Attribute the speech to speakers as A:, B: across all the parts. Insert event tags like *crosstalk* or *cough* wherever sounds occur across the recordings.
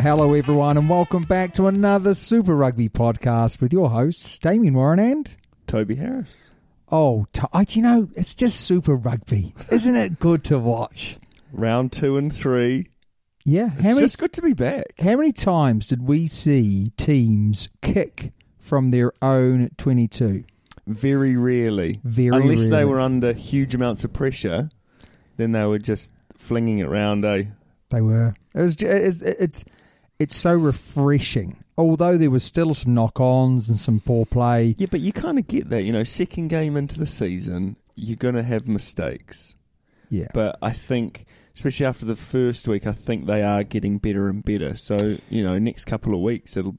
A: Hello, everyone, and welcome back to another Super Rugby podcast with your hosts, Damien Warren and.
B: Toby Harris.
A: Oh, to- I- you know, it's just Super Rugby. Isn't it good to watch?
B: Round two and three.
A: Yeah.
B: It's just good to be back.
A: how many times did we see teams kick from their own 22?
B: Very rarely.
A: Very
B: Unless they
A: rarely.
B: were under huge amounts of pressure, then they were just flinging it round, eh?
A: They were. It was, ju- it's, it's, it's so refreshing. Although there was still some knock ons and some poor play.
B: Yeah, but you kind of get that. You know, second game into the season, you're going to have mistakes.
A: Yeah.
B: But I think, especially after the first week, I think they are getting better and better. So, you know, next couple of weeks, it'll,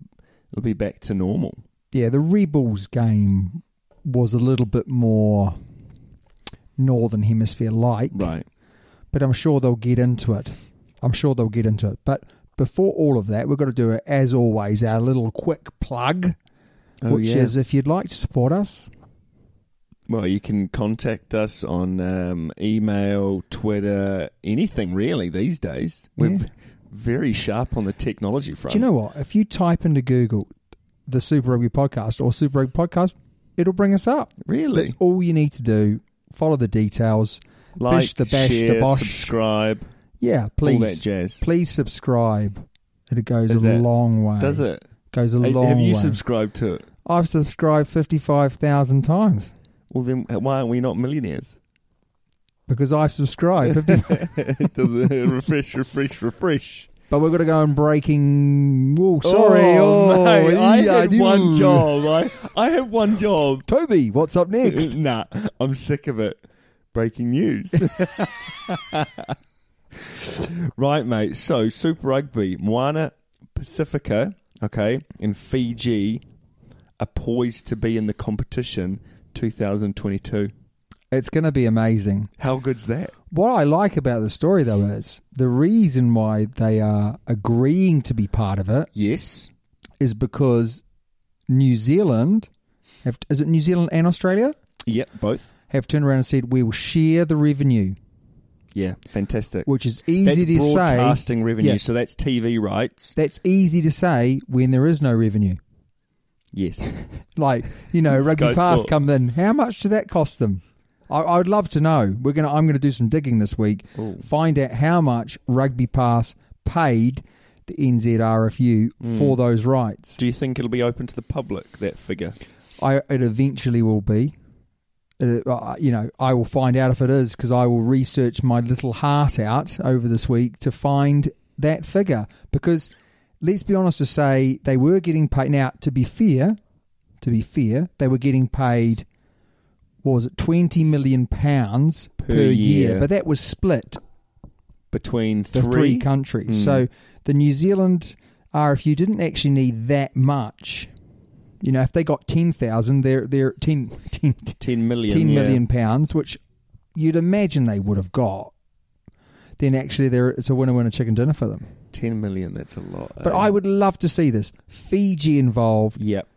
B: it'll be back to normal.
A: yeah, the Rebels game was a little bit more Northern Hemisphere like.
B: Right.
A: but I'm sure they'll get into it. I'm sure they'll get into it. But before all of that, we've got to do, as always, our little quick plug,
B: Oh,
A: which
B: yeah.
A: is if you'd like to support us,
B: Well, you can contact us on um, email, Twitter, anything really these days. We're
A: Yeah.
B: v- very sharp on the technology front.
A: do you know what? If you type into Google the Super Rugby podcast or Super Rugby podcast, it'll bring us up.
B: Really?
A: That's all you need to do. Follow the details.
B: Like,
A: Bish the bash
B: share,
A: the bosh.
B: subscribe,
A: yeah, please.
B: all that jazz.
A: Please subscribe. It goes
B: Does
A: a
B: it?
A: long way.
B: Does it?
A: Goes a
B: Hey,
A: long
B: Have you
A: way.
B: subscribed to it?
A: I've subscribed 55,000 times.
B: Well, then uh, why aren't we not millionaires? *laughs*
A: because I've subscribed. 50
B: *laughs* refresh, refresh, refresh.
A: but we're going to go on breaking. Oh, sorry. Oh,
B: mate, I
A: yeah,
B: had
A: do.
B: one job. I, I had one job.
A: Toby, what's up next?
B: *laughs* nah, I'm sick of it. Breaking news. *laughs* right, mate. So, Super Rugby, Moana Pacifica, okay, and Fiji are poised to be in the competition 2022.
A: it's going to be amazing.
B: How good's that?
A: What I like about the story, though, is the reason why they are agreeing to be part of it
B: Yes.
A: is because New Zealand, have, is it New Zealand and Australia,
B: Yep, both.
A: have turned around and said, we will share the revenue,
B: Yeah, fantastic.
A: which is easy
B: that's
A: to say.
B: broadcasting revenue,
A: Yeah.
B: so that's TV rights.
A: that's easy to say when there is no revenue.
B: Yes.
A: like you
B: *laughs*
A: know rugby
B: Sky
A: pass
B: Sport.
A: come in how much did that cost them I, I would love to know we're gonna i'm gonna do some digging this week find out how much rugby pass paid the nzrfu
B: Hmm.
A: for those rights
B: Do you think it'll be open to the public, that figure?
A: I, it eventually will be It- uh, you know i will find out if it is because i will research my little heart out over this week to find that figure because let's be honest to say they were getting paid now to be fair to be fair they were getting paid what was it 20 million pounds per,
B: Per
A: year.
B: year.
A: but that was split
B: Between Hmm.
A: the three, countries so the new zealand are if you didn't actually need that much. You know, if they got 10,000, they're, they're *laughs* 10, 10,
B: 10 million.
A: 10
B: yeah.
A: million pounds, which you'd imagine they would have got, then actually there it's a winner winner chicken dinner for them.
B: 10 million, that's a lot. Um,
A: But I would love to see this. Fiji involved,
B: Yep.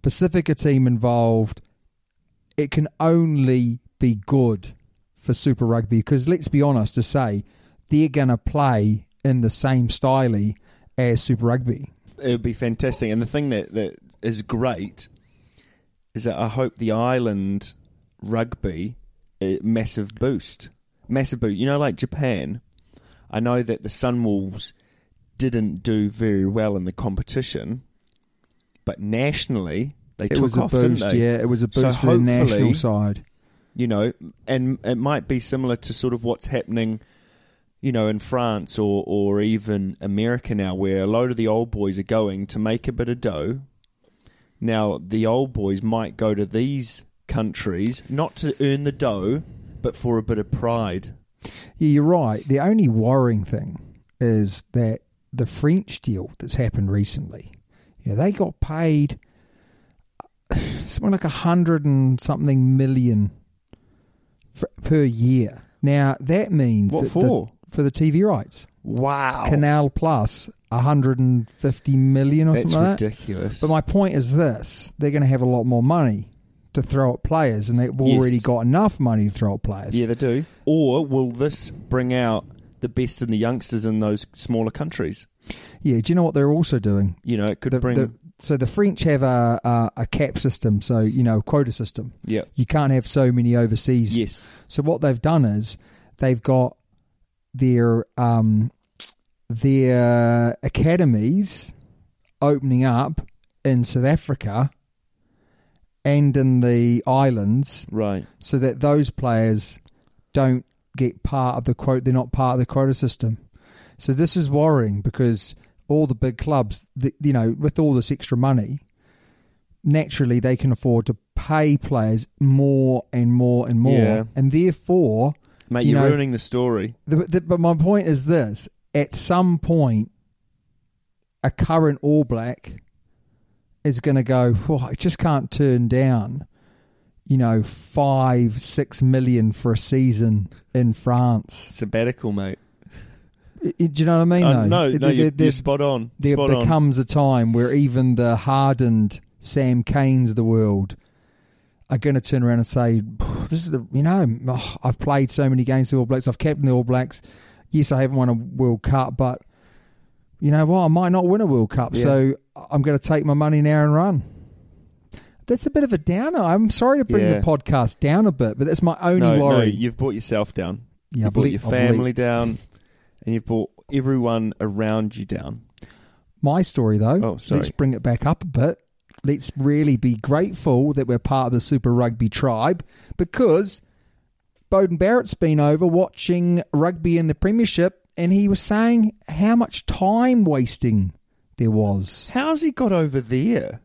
A: Pacifica team involved. It can only be good for Super Rugby because let's be honest to say they're going to play in the same style as Super Rugby.
B: It would be fantastic. And the thing that, that is great is that I hope the island rugby a massive boost. Massive boost. You know, like Japan, I know that the Sunwolves didn't do very well in the competition, but nationally they
A: It
B: took
A: was a
B: off,
A: boost,
B: didn't they?
A: yeah. It was a
B: So
A: boost for the national
B: hopefully-
A: side.
B: you know, and it might be similar to sort of what's happening, you know, in France or or even America now, where a load of the old boys are going to make a bit of dough. Now the old boys might go to these countries not to earn the dough, but for a bit of pride.
A: Yeah, you're right. The only worrying thing is that the French deal that's happened recently, you know, they got paid *sighs* something like a hundred and something million for, per year. Now that means
B: What
A: that the-
B: for? Oh.
A: for the TV rights,
B: Wow,
A: Canal Plus, hundred and fifty million or
B: that's
A: something. Like that.
B: ridiculous.
A: But my point is this: they're going to have a lot more money to throw at players, and they've already got enough money to throw at players.
B: yeah, they do. Or will this bring out the best in the youngsters in those smaller countries?
A: yeah. Do you know what they're also doing?
B: You know, it could
A: the-
B: bring.
A: the- so the French have a, a a cap system, so you know quota system.
B: yeah.
A: You can't have so many overseas.
B: Yes.
A: So what they've done is they've got their um their academies opening up in South Africa and in the islands,
B: Right.
A: so that those players don't get part of the quote. They're not part of the quota system. So this is worrying because all the big clubs, the, you know, with all this extra money, naturally they can afford to pay players more and more and more,
B: Yeah.
A: and therefore,
B: Mate,
A: you
B: you're
A: know,
B: ruining the story.
A: the, the, but my point is this: at some point, a current All Black is going to go. Well, I just can't turn down, you know, five, six million for a season in France.
B: Sabbatical, mate.
A: I- I- do you know what I mean?
B: Uh, no,
A: There-
B: no,
A: there-
B: you're,
A: there-
B: you're spot on.
A: there
B: spot on.
A: becomes a time where even the hardened Sam Canes of the world are going to turn around and say, "This is the you know oh, I've played so many games for the All Blacks, I've captained the All Blacks. Yes, I haven't won a World Cup, but you know what? I might not win a World Cup,
B: Yeah.
A: so I'm going to take my money now and run." That's a bit of a downer. I'm sorry to bring
B: Yeah.
A: the podcast down a bit, but that's my only
B: no,
A: worry.
B: No, you've brought yourself down.
A: Yeah, I've
B: you've brought
A: le-
B: your
A: I've le-
B: family down, and you've brought everyone around you down.
A: My story, though,
B: Oh, sorry.
A: let's bring it back up a bit. Let's really be grateful that we're part of the Super Rugby tribe because Bowden Barrett's been over watching rugby in the Premiership and he was saying how much time wasting there was.
B: How's he got over there?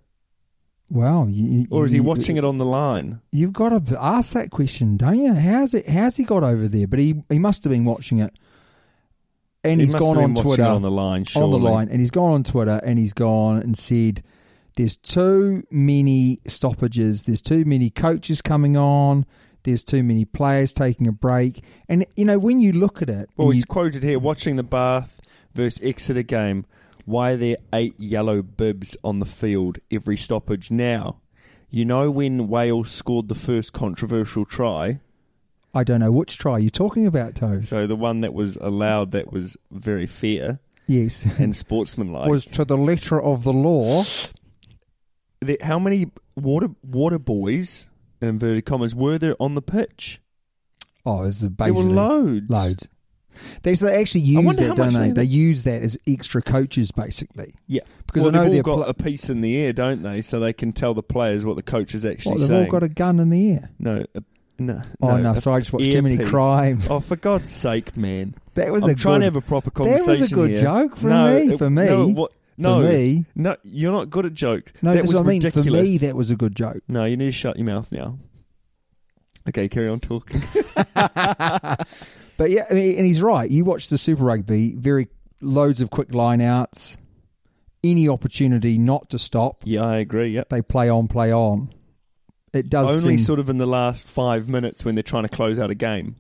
A: Well, you,
B: Or is he watching it on the line?
A: You've got to ask that question, don't you? How's it? How's he got over there? But he he must have been watching it, and
B: He
A: has
B: must
A: gone
B: have
A: on
B: been watching
A: Twitter
B: it on the line,
A: on the
B: surely.
A: line, and he's gone on Twitter and he's gone and said, "There's too many stoppages. There's too many coaches coming on. There's too many players taking a break." And you know when you look at it,
B: Well,
A: and
B: he's
A: you-
B: quoted here watching the Bath versus Exeter game. Why are there eight yellow bibs on the field every stoppage now? You know when Wales scored the first controversial try,
A: I don't know which try you're talking about, Toes.
B: so the one that was allowed that was very fair
A: yes,
B: *laughs* and sportsmanlike.
A: *laughs* was to the letter of the law.
B: the, how many water water boys in inverted commas were there on the pitch?
A: Oh, it's
B: There were
A: basically
B: loads.
A: Loads. They, so they actually use
B: wonder how
A: that, don't
B: much
A: they?
B: they-
A: They use that as extra coaches, basically.
B: Yeah,
A: Because
B: well,
A: I know
B: they've
A: they're
B: all got
A: pl-
B: a piece in the air, don't they? So they can tell the players what the coach is actually
A: What, they've
B: saying.
A: all got a gun in the air.
B: no, a- no.
A: Oh, no,
B: a
A: sorry, I just watched too many
B: earpiece.
A: crime.
B: Oh, for God's sake, man!
A: *laughs* That was
B: I'm
A: a
B: trying
A: good,
B: to have a proper
A: That was
B: conversation.
A: a good
B: here.
A: joke for
B: no,
A: me-
B: it-
A: for me.
B: No, what,
A: For
B: no,
A: me.
B: no, you're not good at jokes.
A: No,
B: that
A: that's
B: was
A: what I mean.
B: ridiculous.
A: For me, that was a good joke.
B: No, you need to shut your mouth now. Okay, carry
A: *laughs*
B: on talking.
A: But yeah, I mean, and he's right. You watch the Super Rugby, very loads of quick line outs. any opportunity not to stop,
B: Yeah, I agree. Yep.
A: they play on, play on. It does
B: Only
A: seem,
B: sort of in the last five minutes when they're trying to close out a game.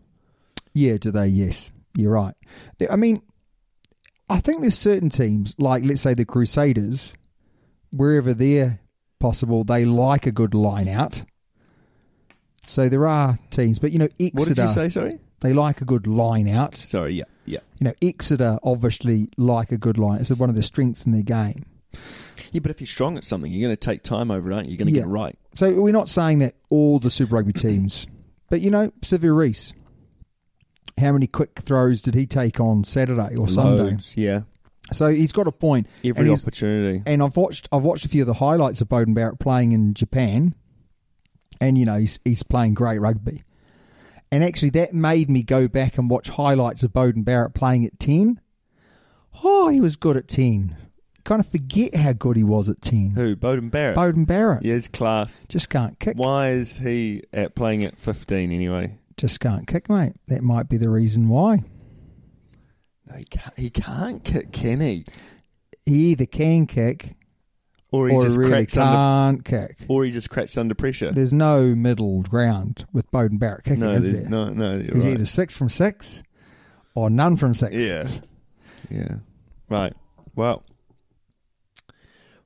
A: Yeah, do they? Yes, you're right. They- I mean, I think there's certain teams, like let's say the Crusaders, wherever they're possible, they like a good line out. So there are teams, but you know, Exeter,
B: What did you say? Sorry.
A: they like a good line out.
B: Sorry. Yeah. Yeah.
A: You know, Exeter obviously like a good line. It's one of the strengths in their game.
B: Yeah, but if you're strong at something, you're going to take time over it, aren't you? You're going to
A: Yeah.
B: get it right.
A: So we're not saying that all the Super
B: *coughs*
A: Rugby teams, but you know, Severe Reese, how many quick throws did he take on Saturday or Sunday?
B: Loads, Yeah.
A: So he's got a point. and
B: Every
A: he's-
B: opportunity.
A: and I've watched I've watched a few of the highlights of Bowden Barrett playing in Japan, and you know he's he's playing great rugby, and actually that made me go back and watch highlights of Bowden Barrett playing at ten. Oh, he was good at ten. Kind of forget how good he was at ten.
B: Who? Bowden Barrett.
A: Bowden Barrett
B: Yeah, his class.
A: just can't kick.
B: Why is he at playing at 15 anyway?
A: Just can't kick, mate. That might be the reason why.
B: No, he can't, he can't kick, can he?
A: He either can kick
B: Or he
A: or
B: just
A: really
B: cracks under.
A: can't kick.
B: Or he just cracks under pressure.
A: There's no middle ground with Bowden Barrett kicking,
B: no,
A: is there?
B: there's- no, no, you're
A: He's
B: right.
A: either six from six or none from six.
B: Yeah.
A: *laughs*
B: Yeah. Right. Well,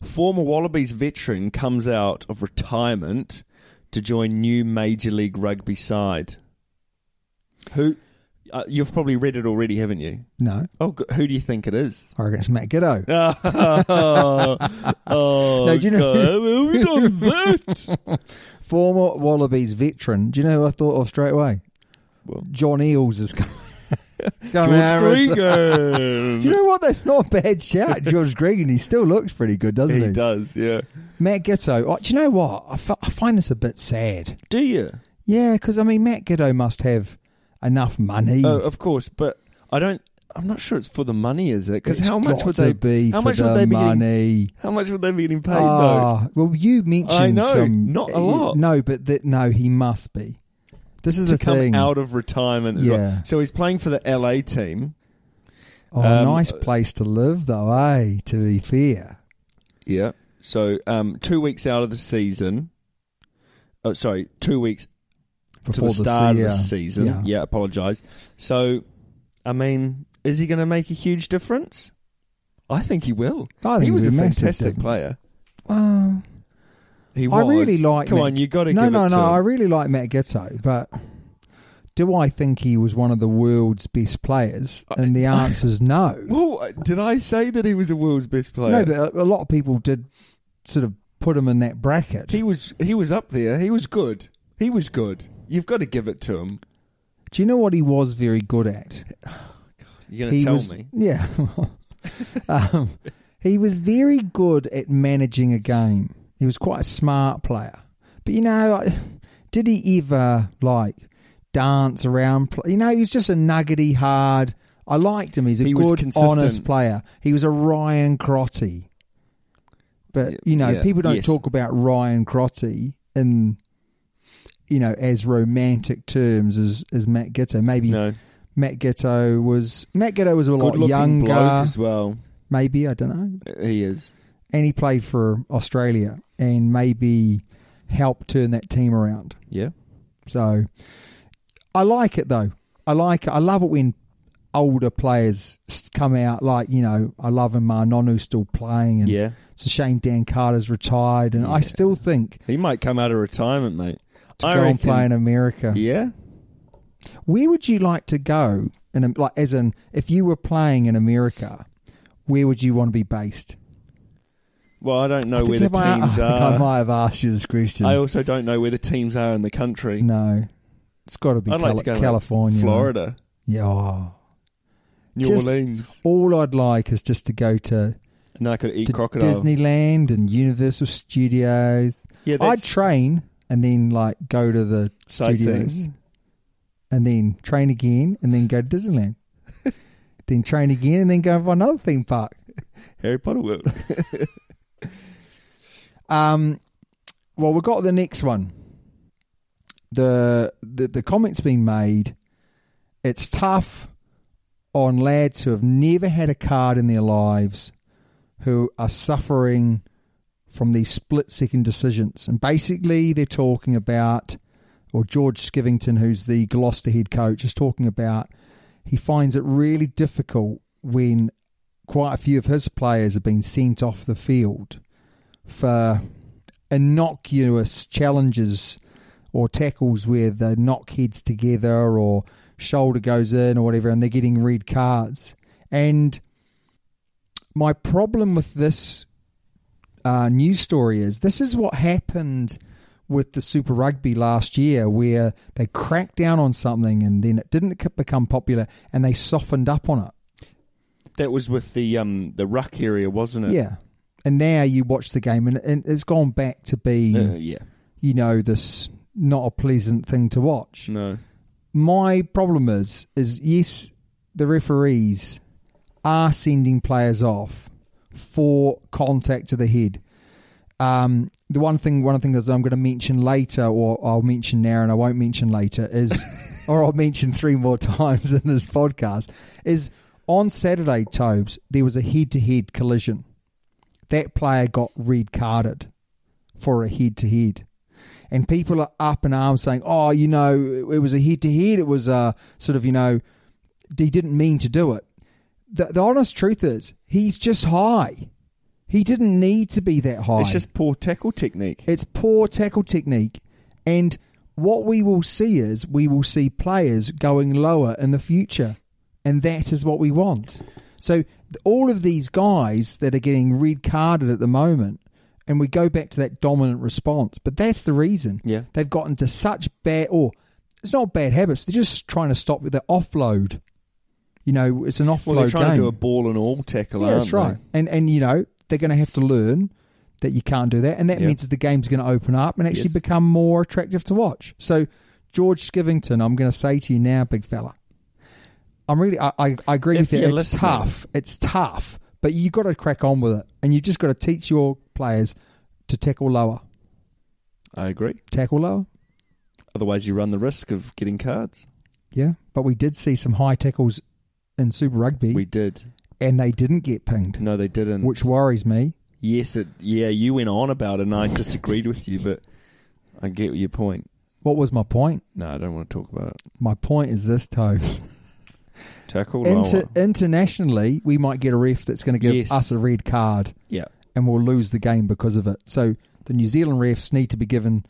B: former Wallabies veteran comes out of retirement to join new Major League Rugby side. Who? Uh, you've probably read it already, haven't you?
A: No,
B: Oh, go- who do you think it is? *laughs*
A: I reckon it's Matt Giddo.
B: Oh, oh
A: *laughs* No, do you know-
B: God, well,
A: *laughs*
B: we done that?
A: Former Wallabies veteran. Do you know who I thought of straight away?
B: Well-
A: John Eels is *laughs* coming.
B: George
A: *laughs* You
B: Gregan.
A: know what? That's not a bad
B: *laughs*
A: shout. George Gregan, he still looks pretty good, doesn't he?
B: He does, yeah.
A: Matt Gitto. Oh, do you know what? I, f- I find this a bit sad.
B: Do you?
A: Yeah, because, I mean, Matt Giddo must have enough money.
B: Oh, of course, but I don't. I'm not sure it's for the money, is it? Because
A: It's
B: how much
A: got
B: would
A: to
B: they
A: be
B: How
A: for
B: much
A: the
B: would they be Getting,
A: money?
B: how much would they be getting paid
A: Ah, well, you mentioned
B: I know,
A: some.
B: not a lot.
A: No, but that no, he must be. This is
B: though? To
A: the
B: come
A: thing.
B: out of retirement, as well.
A: Yeah.
B: So he's playing for the LA team.
A: oh,
B: um,
A: nice place to live, though, eh? To be fair,
B: Yeah. So um, two weeks out of the season. Oh, sorry, two weeks
A: before
B: to the, start
A: sea-
B: of the
A: yeah.
B: season. Yeah,
A: Yeah.
B: apologise. So, I mean, is he going to make a huge difference? I think he will.
A: I think
B: he was a
A: it'll be a massive
B: fantastic
A: difference.
B: player.
A: Well,
B: He
A: I
B: was.
A: really like.
B: Come
A: Matt-
B: on, you got to
A: No,
B: give
A: no,
B: it to
A: no. I
B: him.
A: really like Matt Gitto, but do I think he was one of the world's best players? And
B: *laughs*
A: the answer is no.
B: Well, did I say that he was the world's best player?
A: no, but uh, a, a lot of people did sort of put him in that bracket.
B: he was he was up there. He was good. He was good. You've got to give it to him.
A: Do you know what he was very good at?
B: You're going to tell me.
A: *laughs* Yeah. um, he was very good at managing a game. He was quite a smart player. But, you know, like, did he ever, like, dance around? Play? You know, he was just a nuggety, hard. I liked him. He's a
B: He was
A: good,
B: consistent.
A: honest player. He was a Ryan Crotty. But, you know,
B: yeah,
A: people don't
B: yes.
A: talk about Ryan Crotty in, you know, as romantic terms as, as Matt Gitter. Maybe
B: No,
A: Matt Ghetto was Matt Ghetto was a lot
B: good-looking bloke
A: younger,
B: as well.
A: maybe I don't know.
B: He is.
A: And he played for Australia and maybe helped turn that team around.
B: Yeah.
A: So I like it though. I like it. I love it when older players s- come out. Like you know, I love him. Nonu's still playing, and
B: Yeah.
A: it's a shame Dan Carter's retired. And I still think
B: He might come out of retirement, mate.
A: to
B: I
A: go and
B: reckon-
A: play in America.
B: Yeah.
A: where would you like to go? And like, as in, if you were playing in America, where would you want to be based?
B: Well, I don't know
A: I
B: where the
A: think I might-
B: teams
A: I, think *laughs* I
B: are.
A: might have asked you this question.
B: I also don't know where the teams are in the country.
A: no, it's got to be
B: I'd like
A: Cali-
B: to go to
A: California,
B: Florida,
A: Yeah, oh.
B: New
A: Just-
B: Orleans,
A: all I'd like is just to go to,
B: and I could eat
A: to
B: crocodile.
A: Disneyland and Universal Studios.
B: Yeah,
A: I'd
B: that's
A: train and then like go to the
B: sightseeing.
A: studios and then train again and then go to
B: *laughs*
A: Disneyland. then train again and then go for another theme park.
B: Harry
A: *laughs*
B: Potter world.
A: Um, well, we've got the next one. The, the the comment's been made. It's tough on lads who have never had a card in their lives, who are suffering from these split second decisions. And basically, they're talking about, or George Skivington, who's the Gloucester head coach, is talking about he finds it really difficult when quite a few of his players have been sent off the field for uh, innocuous challenges or tackles where they knock heads together or shoulder goes in or whatever, and they're getting red cards. And my problem with this uh, news story is this is what happened with the Super Rugby last year, where they cracked down on something and then it didn't c- become popular and they softened up on it.
B: That was with the um the ruck area, wasn't it?
A: Yeah. And now you watch the game and, and it's gone back to being,
B: Uh, yeah.
A: you know, this not a pleasant thing to watch.
B: No.
A: my problem is is yes, the referees are sending players off for contact to the head. Um, the one thing, one thing that I'm going to mention later, or I'll mention now, and I won't mention later,
B: *laughs*
A: is, or I'll mention three more times in this podcast, is on Saturday, Tobes, there was a head-to-head collision. That player got red carded for a head to head. And people are up in arms saying, oh, you know, it was a head to head. It was a sort of, you know, he didn't mean to do it. The, the honest truth is, he's just high. He didn't need to be that high.
B: It's just poor tackle technique.
A: It's poor tackle technique. And what we will see is we will see players going lower in the future. And that is what we want. So th- all of these guys that are getting red carded at the moment, and we go back to that dominant response, but that's the reason.
B: Yeah.
A: They've gotten to such bad or it's not bad habits, they're just trying to stop with the offload. You know, it's an offload
B: well, they're trying
A: game.
B: to do a ball and all tackle,
A: Yeah,
B: aren't
A: that's right. And and you know they're going to have to learn that you can't do that, and that
B: Yeah.
A: means the game's going to open up and actually
B: Yes.
A: become more attractive to watch. So, George Skivington, I'm going to say to you now, big fella, I'm really I, I, I agree
B: If
A: with you.
B: you're
A: It's
B: listening.
A: tough. It's tough, but you got to crack on with it, and you just got to teach your players to tackle lower,
B: they? I agree.
A: tackle lower.
B: Otherwise, you run the risk of getting cards.
A: Yeah, but we did see some high tackles in Super Rugby,
B: We did.
A: and they didn't get pinged,
B: No, they didn't.
A: which worries me.
B: Yes, it. Yeah, you went on about it, and I disagreed with you, but I get your point.
A: What was my point?
B: No, I don't want to talk about it.
A: My point is this, Toes.
B: Tackle
A: Inter-
B: lower.
A: internationally, we might get a ref that's going to give
B: Yes.
A: us a red card
B: yeah,
A: and we'll lose the game because of it. So the New Zealand refs need to be given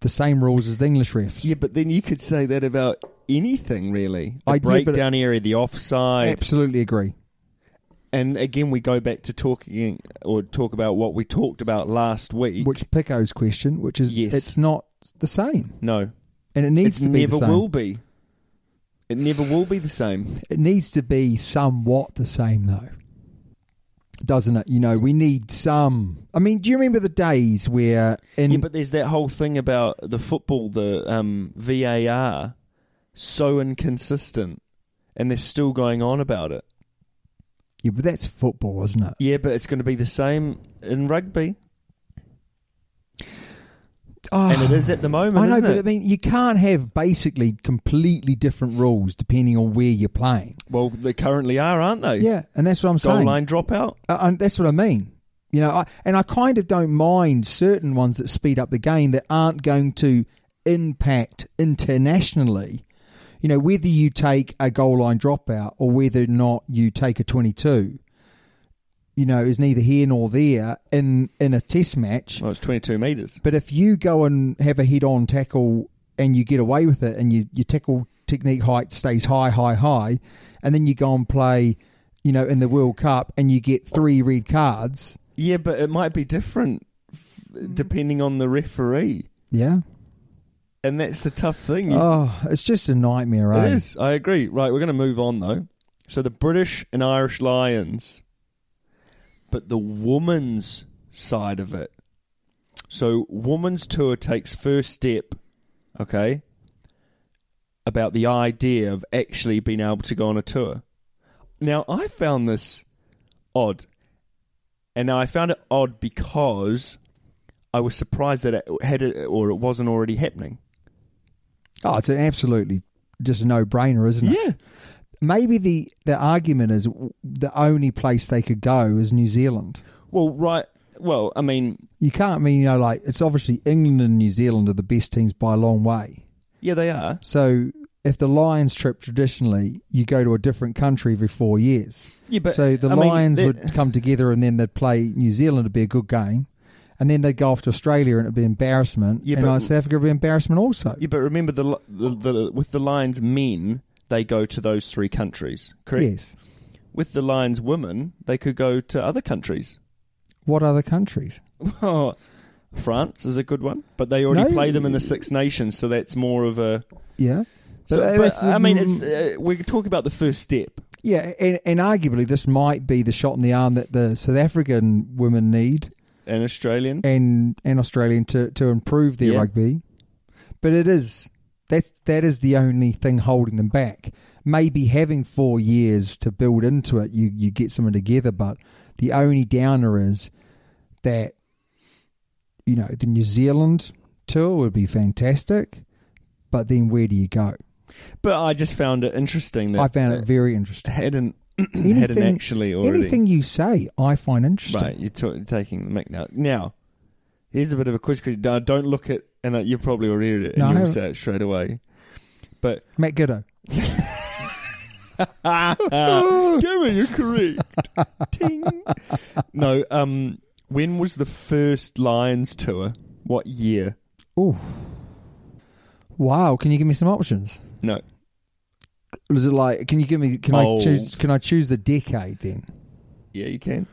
A: the same rules as the English refs.
B: yeah, but then you could say that about anything, really. The
A: I- yeah, but-
B: breakdown area, the offside,
A: Absolutely agree.
B: and again, we go back to talking or talk about what we talked about last week.
A: Which Pico's question, which is
B: Yes.
A: it's not the same,
B: no,
A: and it needs
B: it
A: to be
B: never
A: the same.
B: will be. It never will be the same.
A: It needs to be somewhat the same, though, doesn't it? You know, we need some. I mean, do you remember the days where in
B: yeah, but there's that whole thing about the football, the um, VAR, so inconsistent, and they're still going on about it.
A: Yeah, but that's football, isn't it?
B: Yeah, but it's going to be the same in rugby,
A: Oh.
B: and it is at the moment.
A: I know,
B: isn't
A: but
B: it?
A: I mean, you can't have basically completely different rules depending on where you're playing.
B: well, they currently are, aren't they?
A: Yeah, and that's what I'm
B: goal
A: saying.
B: line dropout.
A: Uh, and that's what I mean. You know, I, and I kind of don't mind certain ones that speed up the game that aren't going to impact internationally. You know, whether you take a goal line dropout or whether or not you take a 22, you know, is neither here nor there in in a test match.
B: Well, it's 22 meters.
A: But if you go and have a head on tackle and you get away with it and you, your tackle technique height stays high, high, high, and then you go and play, you know, in the World Cup and you get three red cards.
B: Yeah, but it might be different f- depending on the referee,
A: Yeah.
B: and that's the tough thing. You-
A: Oh, it's just a nightmare, eh?
B: It is. I agree. Right, we're going to move on though. So the British and Irish Lions, but the women's side of it. So women's tour takes first step, okay, about the idea of actually being able to go on a tour. Now I found this odd, and now I found it odd because I was surprised that it had it or it wasn't already happening.
A: Oh, it's an absolutely just a no brainer, isn't it? maybe the the argument is the only place they could go is New Zealand.
B: Well, right. Well, I mean,
A: You can't mean you know like it's obviously England and New Zealand are the best teams by a long way.
B: yeah, they are.
A: So if the Lions trip traditionally, you go to a different country every four years.
B: Yeah, but,
A: so the
B: I mean,
A: Lions
B: they're-
A: would come together and then they'd play New Zealand. It'd be a good game. And then they'd go off to Australia and it'd be embarrassment.
B: Yeah,
A: and
B: but-
A: uh, South Africa would be embarrassment also.
B: Yeah, but remember the, li- the, the with the Lions men, they go to those three countries. Correct.
A: Yes.
B: With the Lions women, they could go to other countries. *laughs*
A: What other countries?
B: Well, France is a good one, but they already
A: No.
B: play them in the Six Nations, so that's more of a.
A: Yeah.
B: So,
A: uh,
B: but,
A: that's the-
B: I mean, it's uh, we're talking about the first step.
A: Yeah, and, and arguably this might be the shot in the arm that the South African women need
B: An Australian.
A: and and Australian to, to improve their
B: Yeah.
A: rugby. But it is that's that is the only thing holding them back. Maybe having four years to build into it, you you get someone together. But the only downer is that you know the New Zealand tour would be fantastic, but then where do you go?
B: But I just found it interesting that
A: I found it very interesting.
B: hadn't *clears throat* hadn't actually already.
A: anything you say, I find interesting.
B: Right, you're ta- taking the mic now. Now, here's a bit of a quiz. question. Now, don't look at, and uh, you probably already read it,
A: No, I
B: and you'll
A: haven't.
B: say it straight away.
A: *laughs*
B: But
A: Matt Giddo.
B: damn it, uh, you're correct.
A: *laughs*
B: Ting. No, um, when was the first Lions tour? What year?
A: Oh, wow! Can you give me some options?
B: No,
A: Is it like? Can you give me? Can
B: Old.
A: I choose? Can I choose the decade then?
B: yeah, you can.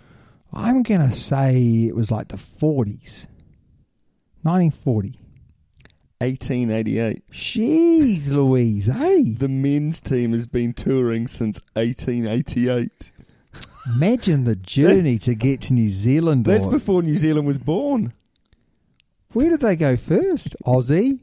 A: I'm gonna say it was like the 40s, 1940.
B: 1888.
A: Jeez, Louise, hey!
B: The men's team has been touring since 1888.
A: Imagine the journey to get to New Zealand.
B: That's
A: or-
B: before New Zealand was born.
A: Where did they go first? Aussie,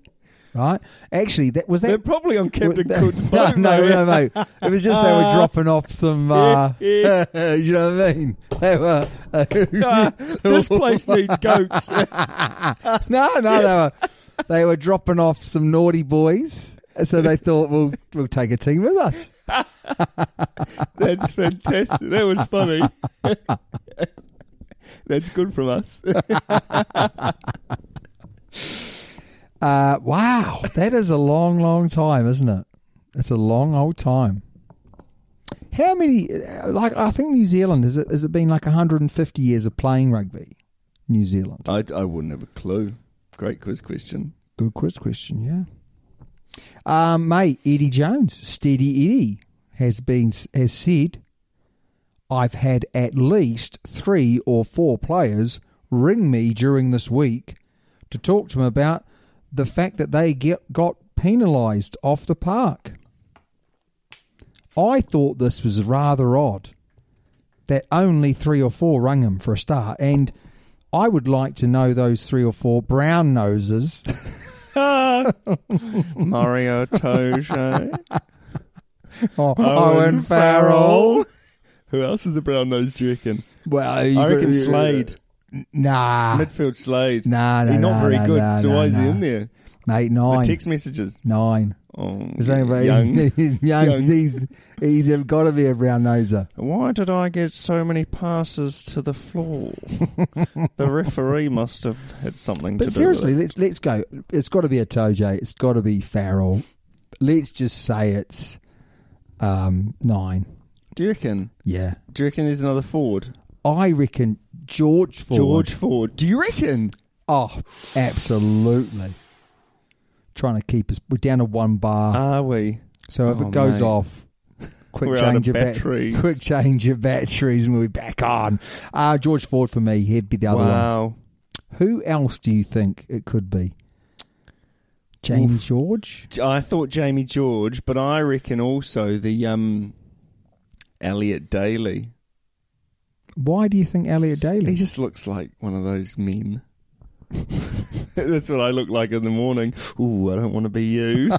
A: right? Actually, that was that.
B: They're probably on
A: *laughs*
B: Captain Cook's
A: no,
B: boat.
A: no,
B: mate.
A: no, mate. It was just they
B: *laughs*
A: were dropping off some. Uh, *laughs* you know what I mean? They were. uh, *laughs*
B: *laughs* Ah, this place needs goats. *laughs*
A: No, no, they were they were dropping off some naughty boys, so they thought we'll we'll take a team with us.
B: That's fantastic. That was funny. *laughs* That's good from us. *laughs*
A: Uh, wow, that is a long, long time, isn't it? It's a long old time. How many? Like I think New Zealand is it? Has it been like 150 years of playing rugby? New Zealand.
B: I, I wouldn't have a clue. Great quiz question.
A: Good quiz question, yeah. Um, mate, Eddie Jones, Steady Eddie, has been has said, "I've had at least three or four players ring me during this week to talk to him about the fact that they get got penalised off the park." I thought this was rather odd that only three or four rung him for a start, and I would like to know those three or four brown noses.
B: Oh, *laughs* Mario Tojo.
A: Oh, *laughs* Owen Farrell.
B: Who else is a brown nose, do you reckon?
A: Well, you
B: I
A: got-
B: reckon Slade.
A: Nah,
B: *sighs* Midfield Slade.
A: Nah, nah,
B: He's not
A: nah,
B: very
A: nah,
B: good,
A: nah,
B: so
A: nah,
B: why is he
A: nah.
B: in there?
A: mate,
B: The
A: nine,
B: text messages.
A: nine.
B: Oh,
A: Is anybody *laughs*
B: young. *laughs*
A: young?
B: Youngs.
A: He's he's got to be a brown noser.
B: Why did I get so many passes to the *laughs* floor? the referee must have had something
A: But
B: to
A: seriously,
B: do with
A: let's
B: it.
A: let's go. It's got to be a Toje. It's got to be Farrell. Let's just say it's um, nine.
B: Do you reckon?
A: Yeah,
B: Do you reckon there's another Ford?
A: I reckon George Ford.
B: George Ford. Do you reckon?
A: oh, absolutely. Trying to keep us. We're down to one bar.
B: Are we?
A: So if
B: Oh,
A: it goes
B: mate.
A: off, quick
B: We're out
A: change
B: of
A: your bat-
B: batteries.
A: quick change your batteries, and we'll be back on. Uh, George Ford for me, he'd be the other
B: wow.
A: one. Who else do you think it could be? James George,
B: J- I thought Jamie George, but I reckon also the um, Elliot Daly.
A: why do you think Elliot
B: He
A: Daly?
B: just looks like one of those men. *laughs* That's what I look like in the morning. Ooh, I don't want to be
A: *laughs*
B: you.
A: I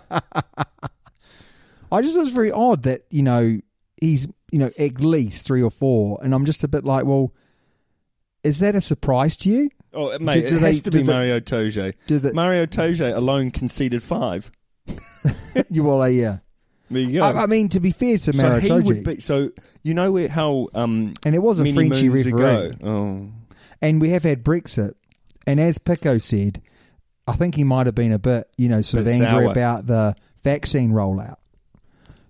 A: just thought it was very odd that you know he's you know at least three or four, and I'm just a bit like, well, is that a surprise to you? *laughs*
B: Oh, mate,
A: Do-
B: it
A: do they-
B: has to be
A: do they-
B: Mario Toje.
A: do they-
B: Mario Toje alone conceded five.
A: you well, uh, yeah.
B: There you go.
A: I, I mean, to be fair to
B: so
A: Maritoji,
B: he would be. So you know where how um
A: And it was a
B: many
A: Frenchie
B: moons
A: referee.
B: ago- Oh,
A: and we have had Brexit, and as Pico said, I think he might have been a bit, you know, sort
B: Bit
A: of angry
B: sour.
A: about the vaccine rollout.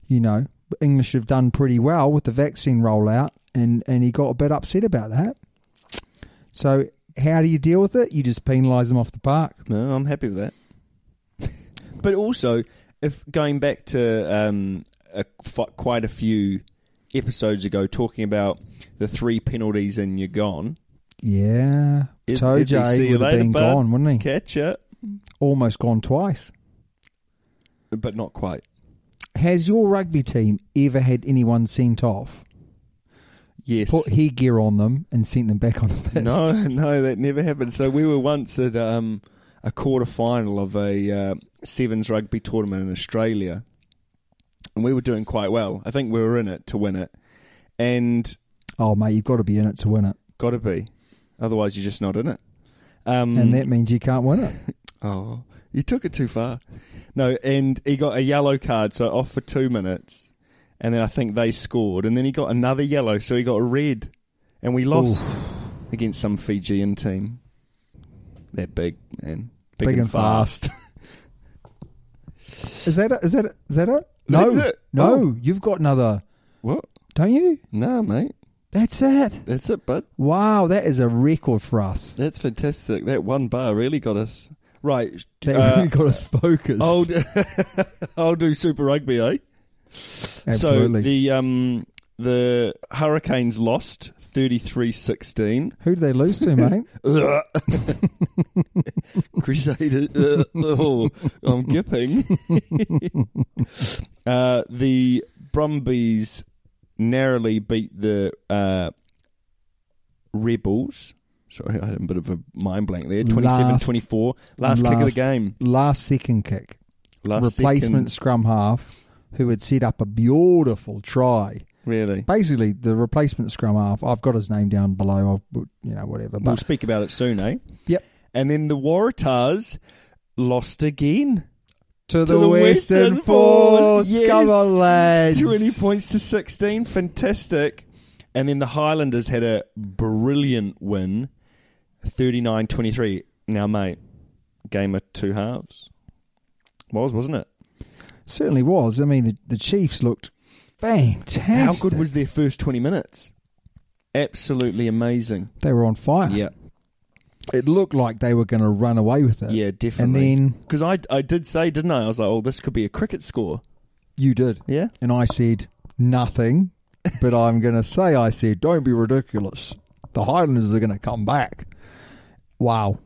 A: You know, English have done pretty well with the vaccine rollout, and and he got a bit upset about that. So how do you deal with it? You just penalise them off the park.
B: No, I'm happy with that. *laughs* but also, if going back to um, a, f- quite a few episodes ago, talking about the three penalties and you're gone.
A: Yeah,
B: If- if
A: Toe
B: you see
A: J
B: you
A: would have
B: later,
A: been
B: bud.
A: gone, wouldn't he?
B: Catch it,
A: Almost gone twice.
B: but not quite.
A: Has your rugby team ever had anyone sent off? *laughs*
B: Yes.
A: Put hair gear on them and sent them back on the pitch.
B: no, *laughs* no, that never happened. So we were once at um, a quarter final of a uh, sevens rugby tournament in Australia, and we were doing quite well. I think we were in it to win it, and
A: Oh mate, you've got to be in it to win it,
B: got to be, otherwise you're just not in it. Um,
A: and that means you can't win it.
B: *laughs* Oh, you took it too far. No, and he got a yellow card, so off for two minutes. And then I think they scored. And then he got another yellow, so he got a red. And we lost against some Fijian team. They're big, man. Big,
A: Big
B: and,
A: and
B: fast.
A: Is that it? Is that it? Is that it? No,
B: That's it.
A: no,
B: Oh.
A: you've got another,
B: *laughs* what?
A: don't you?
B: Nah, mate.
A: That's it.
B: That's it, bud.
A: Wow, that is a record for us.
B: That's fantastic. That one bar really got us. Right.
A: That
B: uh,
A: *laughs* really got us focused.
B: I'll do, *laughs* I'll do Super Rugby, eh?
A: Absolutely.
B: So the um the Hurricanes lost 33-16.
A: Who did they lose
B: *laughs*
A: to, mate?
B: Ugh. Crusaders. Ugh. oh, I'm gipping. *laughs* uh, the Brumbies narrowly beat the uh, Rebels. Sorry, I had a bit of a mind blank there. 27-24. Last, kick of the
A: last-
B: game.
A: Last second kick.
B: Last
A: replacement
B: second,
A: scrum half who had set up a beautiful try.
B: really.
A: Basically, the replacement scrum half. I've got his name down below. I'll, you know, whatever.
B: We'll
A: But
B: speak about it soon, eh?
A: yep,
B: And then the Waratahs lost again.
A: to,
B: the
A: the, Western,
B: Western Force,
A: Force.
B: yes.
A: Come on, lads.
B: 20 points to 16. Fantastic. And then the Highlanders had a brilliant win 39 23. Now, mate, game of two halves. Was, wasn't it?
A: Certainly was. I mean, the, the Chiefs looked fantastic.
B: How good was their first 20 minutes? Absolutely amazing.
A: they were on fire? it looked like they were going to run away with it.
B: Yeah, definitely.
A: Uh, And then
B: Because I, I did say, didn't I? I was like, oh, this could be a cricket score.
A: you did,
B: Yeah.
A: and I said nothing, *laughs* but I'm going to say I said, "Don't be ridiculous. The Highlanders are going to come back." Wow.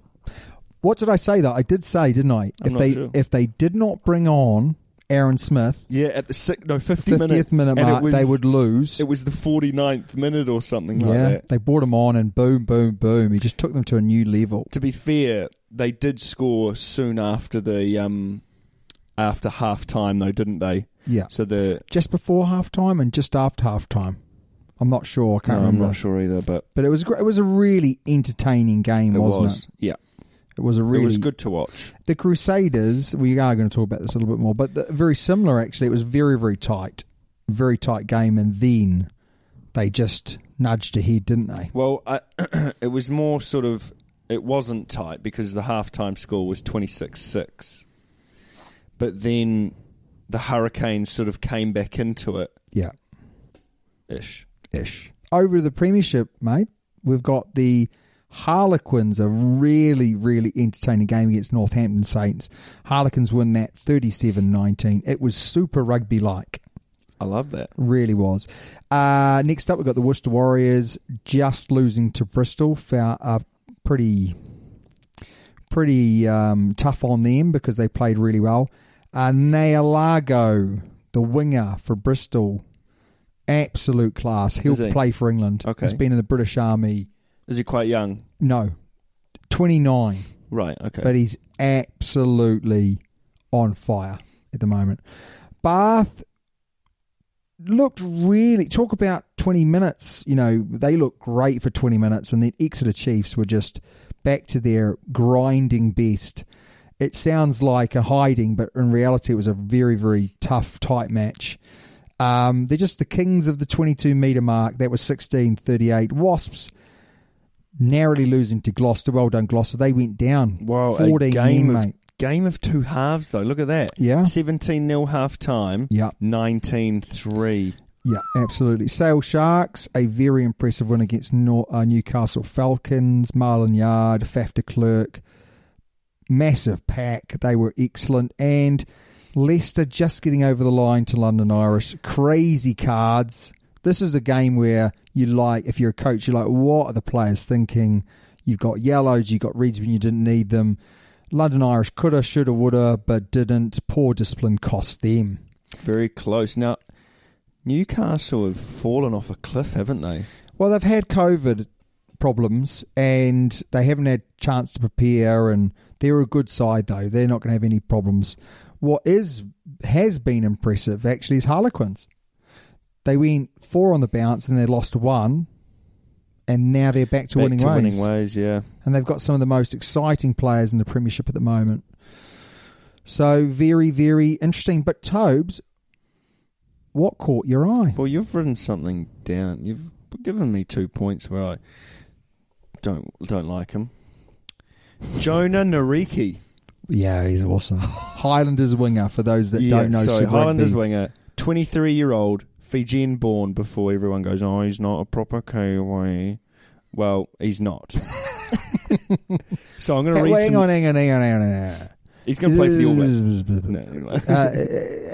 A: What did I say though? I did say, didn't I?
B: I'm
A: if
B: not
A: they
B: sure.
A: if they did not bring on Aaron Smith,
B: Yeah, at the six, no, 50
A: fiftieth minute,
B: and it
A: mark,
B: was-
A: they would lose.
B: It was the 49th minute or something like
A: yeah,
B: that.
A: they brought him on, and boom, boom, boom. He just took them to a new level.
B: To be fair, they did score soon after the um, after half time though, didn't they?
A: Yeah,
B: So the
A: just before half time and just after half time. I'm not sure. I can't
B: No, I'm
A: remember.
B: not sure either, but
A: But it was gr- it was a really entertaining game,
B: it
A: wasn't
B: was.
A: it?
B: Yeah.
A: It was a really
B: It was good to watch.
A: The Crusaders. We are going to talk about this a little bit more, but the, very similar actually. It was very very tight, very tight game, and then they just nudged ahead, didn't they?
B: Well, I, *clears throat* it was more sort of it wasn't tight because the halftime score was 26-6. But then the Hurricanes sort of came back into it
A: Yeah,
B: ish.
A: ish. Over the Premiership, mate. We've got the Harlequins, a really really entertaining game against Northampton Saints. Harlequins win that 37-19. It was super rugby like.
B: I love that.
A: Really was. Uh, next up, we've got the Worcester Warriors just losing to Bristol. Found, uh, pretty pretty um, tough on them because they played really well. Uh, Nealago, the winger for Bristol, absolute class. He'll
B: Is he?
A: play for England.
B: Okay.
A: He's been in the British Army.
B: Is he quite young?
A: No, 29
B: Right, okay.
A: but he's absolutely on fire at the moment. Bath looked really talk about 20 minutes, you know, they looked great for 20 minutes and then Exeter Chiefs were just back to their grinding best It sounds like a hiding, but in reality, it was a very, very tough, tight match. Um, they're just the kings of the 22 metre mark. That was 16.38. Wasps narrowly losing to Gloucester. Well done, Gloucester. They went down
B: Wow,
A: 14
B: a game
A: men,
B: of
A: mate.
B: game of two halves though. Look at that.
A: Yeah.
B: 17 nil half time.
A: Yeah.
B: 19-3.
A: Yeah, absolutely. Sale Sharks, a very impressive win against Nor- uh, Newcastle Falcons, Marlin Yard, Faf de Klerk. Massive pack. They were excellent. And Leicester just getting over the line to London Irish. Crazy cards. This is a game where you like, if you're a coach, you're like, what are the players thinking? You've got yellows, you've got reds when you didn't need them. London Irish coulda, shoulda, woulda, but didn't. Poor discipline cost them.
B: Very close. Now Newcastle have fallen off a cliff, haven't they?
A: Well, they've had COVID problems and they haven't had chance to prepare and they're a good side though. They're not going to have any problems. What is has been impressive actually is Harlequins. They went four on the bounce and they lost one and now they're back to,
B: Back
A: winning,
B: to
A: ways.
B: winning ways, yeah.
A: And they've got some of the most exciting players in the premiership at the moment. So very, very interesting. But Tobes, what caught your eye?
B: Well, you've written something down. You've given me two points where I don't don't like him. Jonah Nariki.
A: Yeah, he's awesome. *laughs* Highlanders winger for those that don't know.
B: so
A: Super
B: Highlanders
A: Rugby.
B: winger, twenty-three-year-old Fijian born. Before everyone goes, oh, he's not a proper Kiwi. Well, he's
A: *laughs*
B: not. so I'm going to
A: Hey,
B: read.
A: wait, hang
B: some,
A: on, hang on, hang on, hang on, hang on.
B: He's going to play for the
A: *laughs*
B: All Blacks. No, anyway.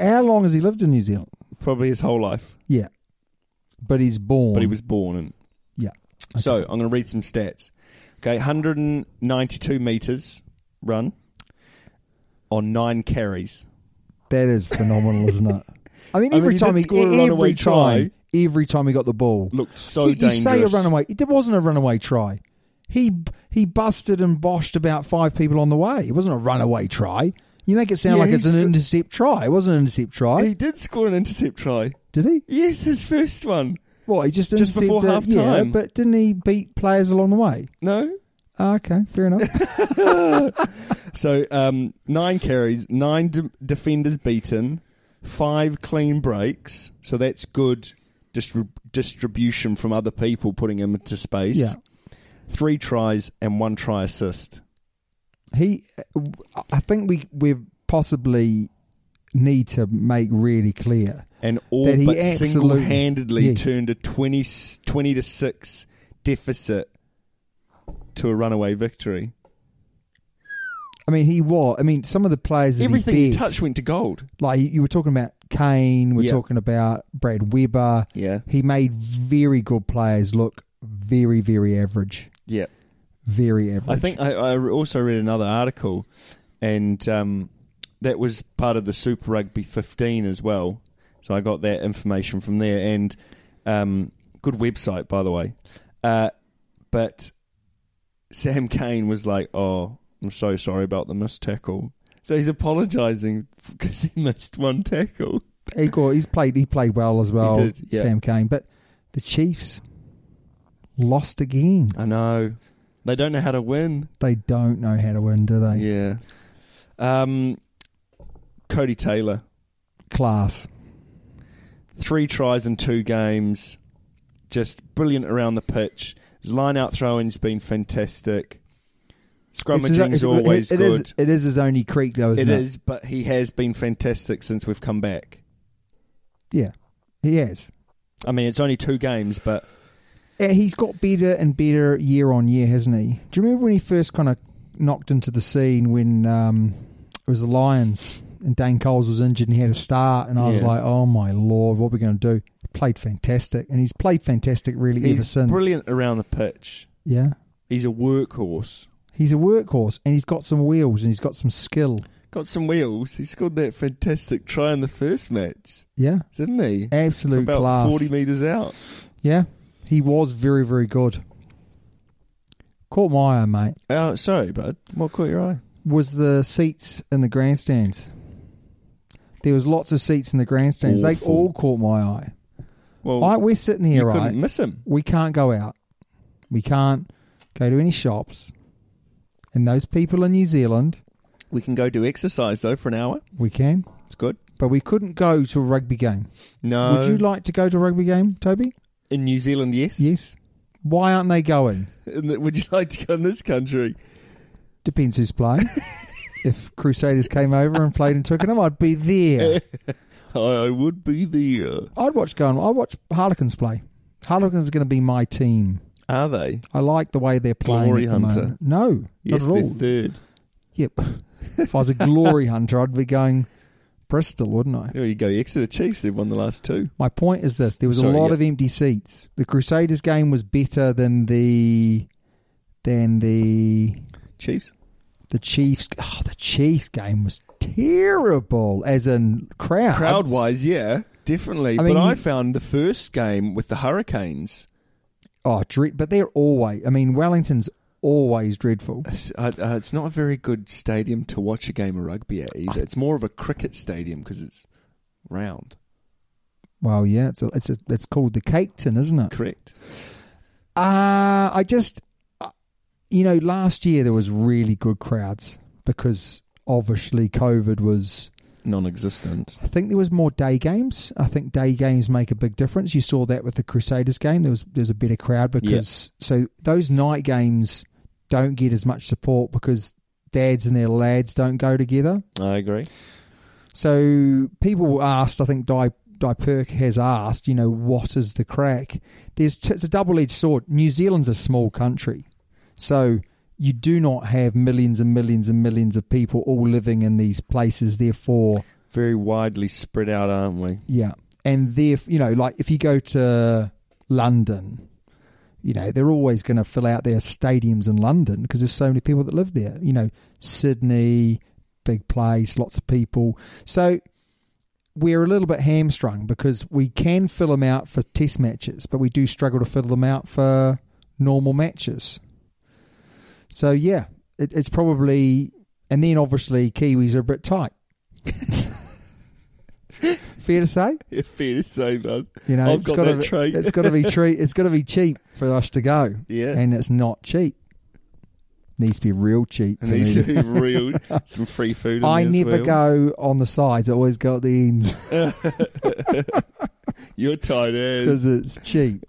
A: uh, how long has he lived in New Zealand?
B: probably his whole life,
A: Yeah, but he's born.
B: but he was born in.
A: yeah.
B: So
A: Okay.
B: I'm going to read some stats. Okay, 192 meters run on nine carries.
A: that is phenomenal, isn't it? *laughs* I mean,
B: I mean,
A: every
B: he
A: time
B: did
A: he, e-,
B: score a
A: every
B: runaway
A: time, every time he got the ball,
B: Looked so
A: you, you say a
B: dangerous.
A: runaway. It wasn't a runaway try. He he busted and boshed about five people on the way. It wasn't a runaway try. You make it sound
B: Yeah,
A: like it's
B: he's
A: an
B: good.
A: intercept try. It wasn't an intercept try.
B: He did score an intercept try.
A: did he?
B: Yes, his first one.
A: Well, he just
B: Just before
A: intercepted- Yeah,
B: half-time.
A: but didn't he beat players along the way?
B: No.
A: Ah, okay, fair
B: *laughs*
A: enough.
B: So um, nine carries, nine de- defenders beaten, five clean breaks. So that's good distri- distribution from other people putting him into space.
A: yeah,
B: Three tries and one try assist.
A: he. I think we we possibly need to make really clear.
B: and all
A: That he
B: but
A: absolutely-
B: single-handedly
A: yes.
B: turned a 20, 20 to 6 deficit to a runaway victory.
A: I mean, he was. I mean, some of the players that
B: Everything
A: he,
B: he
A: beat,
B: touched went to gold.
A: like you were talking about Kane, we're
B: Yeah.
A: talking about Brad Weber.
B: Yeah.
A: he made very good players look very, very average,
B: Yeah.
A: very average.
B: I think I, I also read another article, and um, that was part of the Super Rugby 15 as well. So I got that information from there, and um, good website by the way. Uh, but Sam *laughs* Kane was like, "Oh, I'm so sorry about the missed tackle." So he's apologising because he missed one tackle.
A: he got, he's played. He played well as well.
B: did, yeah.
A: Sam Kane, but the Chiefs lost again.
B: I know they don't know how to win.
A: They don't know how to win, do they?
B: Yeah. Um, Cody Taylor.
A: Class.
B: three tries in two games. Just brilliant around the pitch. His line out throwing's been fantastic.
A: his-
B: Scrummaging's always
A: it
B: good.
A: is- it is his only creek, though, isn't
B: it
A: it?
B: is, but he has been fantastic since we've come back.
A: Yeah, he has.
B: I mean, it's only two games, but
A: Yeah, He's got better and better year on year, hasn't he? Do you remember when he first kind of knocked into the scene when um, it was the Lions and Dane Coles was injured and he had a start, and I was
B: Yeah.
A: like, oh my lord, what are we going to do? Played fantastic, and he's played fantastic really ever
B: he's
A: since.
B: brilliant around the pitch.
A: Yeah,
B: He's a workhorse.
A: he's a workhorse, and he's got some wheels, and he's got some skill.
B: Got some wheels. He scored that fantastic try in the first match,
A: Yeah,
B: didn't he?
A: absolute
B: About
A: class.
B: forty meters out.
A: Yeah, he was very, very good. Caught my eye, mate,
B: Oh, sorry, bud. What caught your eye?
A: was the seats in the grandstands. There was lots of seats in the grandstands. They
B: Awful.
A: all caught my eye.
B: Well,
A: I, we're sitting here,
B: you
A: right?
B: couldn't miss him.
A: We can't go out. We can't go to any shops. And those people in New Zealand
B: We can go do exercise though for an hour.
A: We can,
B: It's good.
A: but we couldn't go to a rugby game.
B: No,
A: Would you like to go to a rugby game, Toby?
B: in New Zealand? Yes.
A: Yes. Why aren't they going?
B: And th- Would you *laughs* like to go in this country?
A: Depends who's playing.
B: *laughs*
A: if Crusaders came over and played in Twickenham, I'd be
B: *laughs*
A: there.
B: I would be there.
A: I'd watch going. I watch Harlequins play. Harlequins are going to be my team.
B: Are they?
A: I like the way they're playing.
B: Glory
A: at the
B: hunter.
A: moment. No, not
B: Yes,
A: at
B: they're
A: all.
B: third.
A: Yep. if I was a
B: *laughs*
A: glory hunter, I'd be going Bristol, wouldn't I?
B: There you go. Exeter Chiefs. They've won the last two.
A: My point is this: there was
B: Sorry,
A: a lot
B: yeah.
A: of empty seats. The Crusaders game was better than the than the
B: Chiefs.
A: the Chiefs. Oh, the Chiefs game was terrible, as in crowds.
B: Crowd wise, yeah, definitely.
A: I mean,
B: but I
A: you-
B: found the first game with the Hurricanes.
A: Oh, dread, but they're always. I mean, Wellington's always dreadful.
B: It's- Uh, uh, it's not a very good stadium to watch a game of rugby at either. It's more of a cricket stadium because it's round.
A: Well, yeah, it's a, it's a, it's called the Caketon, isn't it?
B: Correct.
A: Uh, I just, uh, you know, last year there was really good crowds because obviously COVID was.
B: Non-existent.
A: I think there was more day games. I think day games make a big difference. You saw that with the Crusaders game. There was there's a better crowd because so those night games don't get as much support because dads and their lads don't go together.
B: I agree.
A: So people asked, I think Di, Di Perk has asked, you know, what is the crack? There's t- it's a double edged sword. New Zealand's a small country, so you do not have millions and millions and millions of people all living in these places. Therefore,
B: Very widely spread out, aren't we?
A: yeah, and therefore, you know, like if you go to London. You know they're always going to fill out their stadiums in London because there's so many people that live there. You know Sydney, big place, lots of people. So we're a little bit hamstrung because we can fill them out for test matches, but we do struggle to fill them out for normal matches. So yeah, it, it's probably and then obviously Kiwis are a bit tight. Fair to say,
B: Yeah, fair to say, man.
A: you know,
B: I've
A: it's
B: got
A: gotta
B: that
A: be-
B: trait.
A: it's got to
B: *laughs*
A: be treat. It's got to be cheap for us to go,
B: Yeah.
A: and it's not cheap. Needs to be real cheap.
B: And
A: for
B: these
A: me
B: are
A: to-
B: real.
A: *laughs*
B: Some free food. In
A: I
B: there as
A: never
B: well.
A: go on the sides. I always go at the
B: *laughs*
A: ends
B: You're tight as.
A: because it's
B: *laughs*
A: cheap.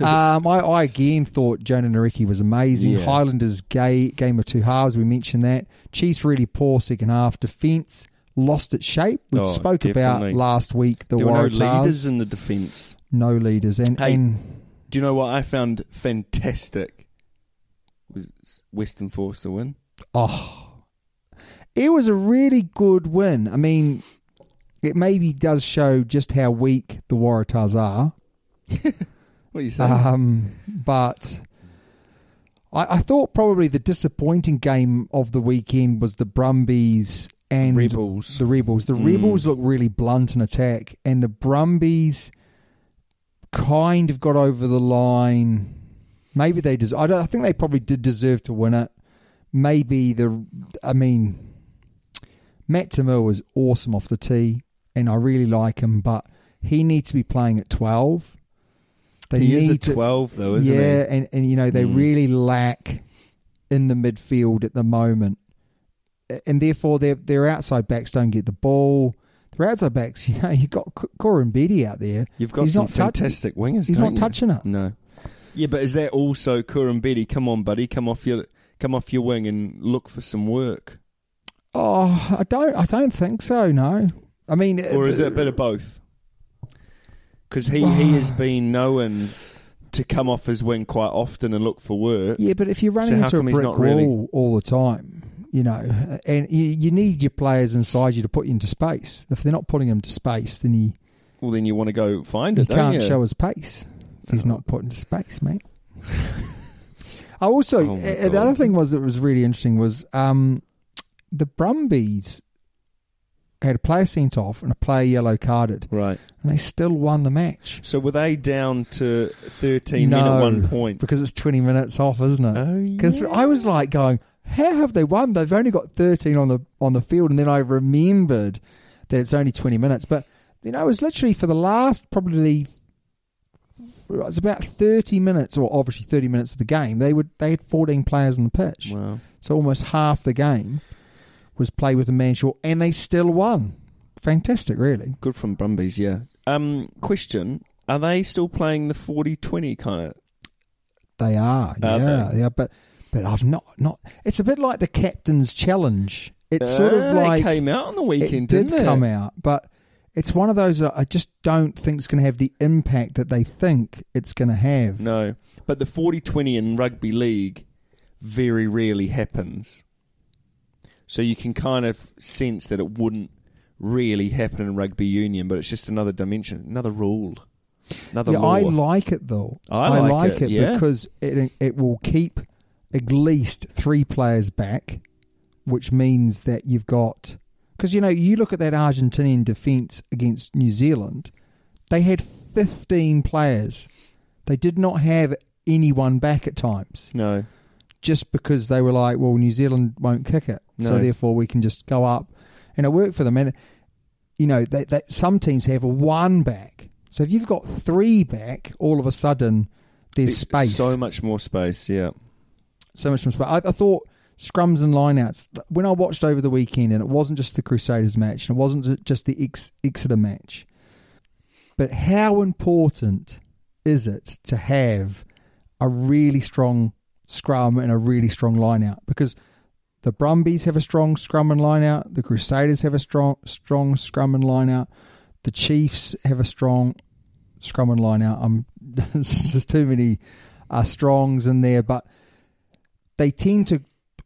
A: um, I, I again thought Jonah Nareki was amazing.
B: Yeah.
A: Highlanders' gay, game of two halves, we mentioned that. Chiefs really poor second half defence, lost its shape. We
B: Oh,
A: spoke
B: definitely.
A: about last week the
B: There were
A: Waratahs.
B: no leaders in the defence.
A: No leaders. And,
B: Hey.
A: and
B: Do you know what I found fantastic? Was Western Force the win?
A: it was a really good win. I mean, it maybe does show just how weak the Waratahs are.
B: What are you saying?
A: Um, but I, I thought probably the disappointing game of the weekend was the Brumbies and
B: Rebels.
A: The Rebels. The Rebels looked really blunt in attack, and the Brumbies kind of got over the line. Maybe they des- I, don't, I think they probably did deserve to win it. Maybe the. I mean, Matt Tamil was awesome off the tee, and I really like him, but he needs to be playing at twelve. They
B: he is
A: need
B: at
A: to-
B: twelve though, isn't
A: yeah,
B: he? Hmm.
A: and and you know they really lack in the midfield at the moment, A- and therefore their their outside backs don't get the ball. Their outside backs, *laughs* you know, you have got C- Cora Mbedi out there.
B: You've got
A: he's
B: some
A: not touch-
B: fantastic wingers.
A: he's
B: don't
A: not
B: you?
A: touching it.
B: No. Yeah, but is that also Kurambedi? Come on, buddy, come off your come off your wing and look for some work,
A: Oh, I don't, I don't think so. No, I mean,
B: or is it a bit
A: Uh,
B: of both? Because he he has been known to come off his wing quite often and look for work.
A: Yeah, but if you're running
B: how
A: into a
B: come he's
A: brick
B: not
A: wall
B: really-
A: all the time, you know, and you, you need your players inside you to put you into space. If they're not putting him to space, then he,
B: Well, then you want to go find
A: he
B: it. don't
A: can't
B: you? Oh.
A: show his pace if he's not put into space, mate. *laughs* I also
B: Oh my
A: uh, the
B: God.
A: other thing was that was really interesting was um, the Brumbies had a player sent off and a player yellow carded,
B: Right.
A: and they still won the match.
B: So were they down to thirteen men
A: No,
B: at one point?
A: because it's 20 minutes off, isn't it?
B: Oh,
A: Because
B: yeah.
A: I was like going, how have they won? They've only got 13 on the on the field, and then I remembered that it's only 20 minutes. But you know, it was literally for the last probably it's about 30 minutes, or obviously 30 minutes of the game. They would they had 14 players on the pitch,
B: Wow.
A: so almost half the game was play with a man short, and they still won. Fantastic, really.
B: Good from Brumbies, yeah. Um, question: Are they still playing the 40-20 kind of?
A: They are,
B: Are
A: yeah,
B: they?
A: yeah. But but I've not not. It's a bit like the captain's challenge. It's sort
B: Ah,
A: of
B: they
A: like
B: came out on the
A: it
B: weekend,
A: did
B: not
A: come out, but it's one of those that I just don't think is going to have the impact that they think it's going to have.
B: No, but the 40-20 in rugby league very rarely happens. So you can kind of sense that it wouldn't really happen in rugby union, but it's just another dimension, another rule, another
A: yeah,
B: law.
A: I like it though.
B: I like it, yeah.
A: because it it will keep at least three players back, which means that you've got because you know you look at that Argentinian defence against New Zealand, they had fifteen players. They did not have anyone back at times,
B: no,
A: just because they were like, well, New Zealand won't kick it, so
B: No.
A: therefore we can just go up, and it worked for them. And you know, they, they, some teams have one back, so if you've got three back, all of a sudden there's space,
B: so much more space. Yeah,
A: so much from space. I, I thought scrums and lineouts when I watched over the weekend, and it wasn't just the Crusaders match, and it wasn't ju- just the Ex- Exeter match, but how important is it to have a really strong scrum and a really strong lineout? Because the Brumbies have a strong scrum and lineout, the Crusaders have a strong strong scrum and lineout, the Chiefs have a strong scrum and lineout. I'm *laughs* there's too many uh, strongs in there, but they tend to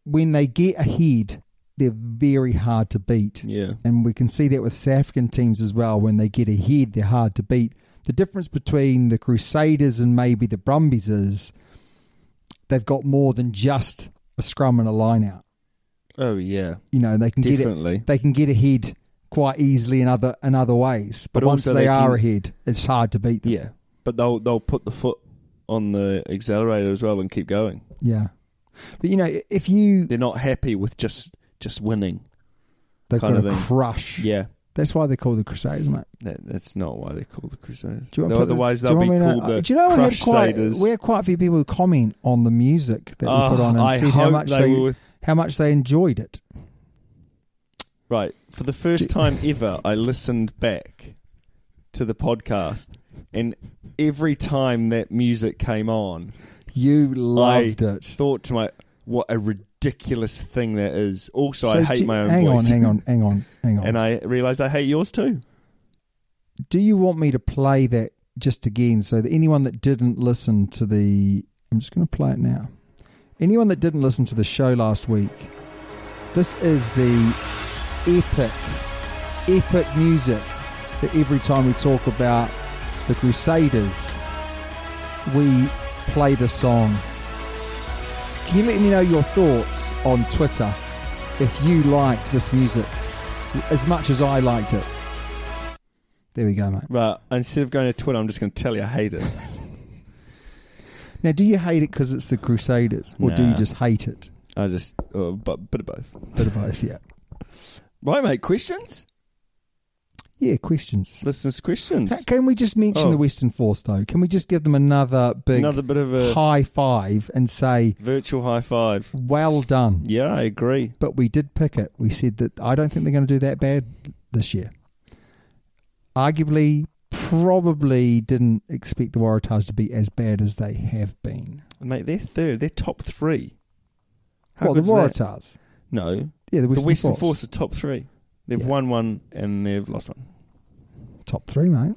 A: when they get ahead they're very hard to beat
B: Yeah.
A: and we can see that with south african teams as well when they get ahead they're hard to beat the difference between the crusaders and maybe the brumbies is they've got more than just a scrum and a line out
B: oh yeah,
A: you know they can
B: Definitely.
A: get it, they can get ahead quite easily in other in other ways but,
B: But
A: once
B: also
A: they,
B: they
A: are
B: can-
A: ahead it's hard to beat them
B: yeah. But they'll they'll put the foot on the accelerator as well and keep going.
A: yeah but you know if you
B: They're not happy with just just winning.
A: they've
B: kind
A: got
B: of
A: a
B: thing.
A: crush
B: Yeah,
A: that's why they're called the crusaders mate
B: that, that's not why they're called the Crusaders.
A: Do you want
B: No,
A: to put the-
B: otherwise,
A: do you
B: they'll be
A: want me to-
B: called the
A: uh, do you know we had
B: Crusaders.
A: Quite, we had quite a few people comment on the music that
B: Oh,
A: we put on and
B: I
A: said how
B: hope
A: much
B: they
A: they,
B: were-
A: how much they enjoyed it.
B: Right. For the first time ever, I listened back to the podcast, and every time that music came on,
A: You loved
B: I
A: it.
B: thought to my, what a ridiculous thing that is. Also,
A: So
B: I hate
A: do-
B: my own
A: hang
B: voice.
A: on, hang
B: *laughs*
A: on, hang on, hang on.
B: And I realised I hate yours too.
A: Do you want me to play that just again so that anyone that didn't listen to the I'm just going to play it now. Anyone that didn't listen to the show last week, this is the epic epic music that every time we talk about the Crusaders we play the song. Can you let me know your thoughts on Twitter if you liked this music as much as I liked it? There we go, mate.
B: Right. Instead of going to Twitter, I'm just going to tell you I hate it.
A: Now, do you hate it because it's the Crusaders, or do you
B: Nah.
A: just hate it?
B: I just, uh, but bit of both.
A: Bit of both, yeah.
B: Right, mate. Questions?
A: Yeah, questions.
B: Listeners' questions.
A: Ca- Can we just mention
B: Oh.
A: the Western Force though? Can we just give them another big
B: Another bit of a
A: high five and say,
B: virtual high five.
A: "Well done"?
B: Yeah, I agree.
A: But we did pick it. We said that I don't think they're going to do that bad this year. Arguably, probably didn't expect the Waratahs to be as bad as they have been.
B: Mate, they're third. They're top three. How
A: well, the
B: good's that?
A: Waratahs,
B: No,
A: yeah, the
B: the
A: Western,
B: Western
A: Force.
B: Force. are top three. They've
A: Yeah.
B: won one and they've lost one.
A: top three, mate.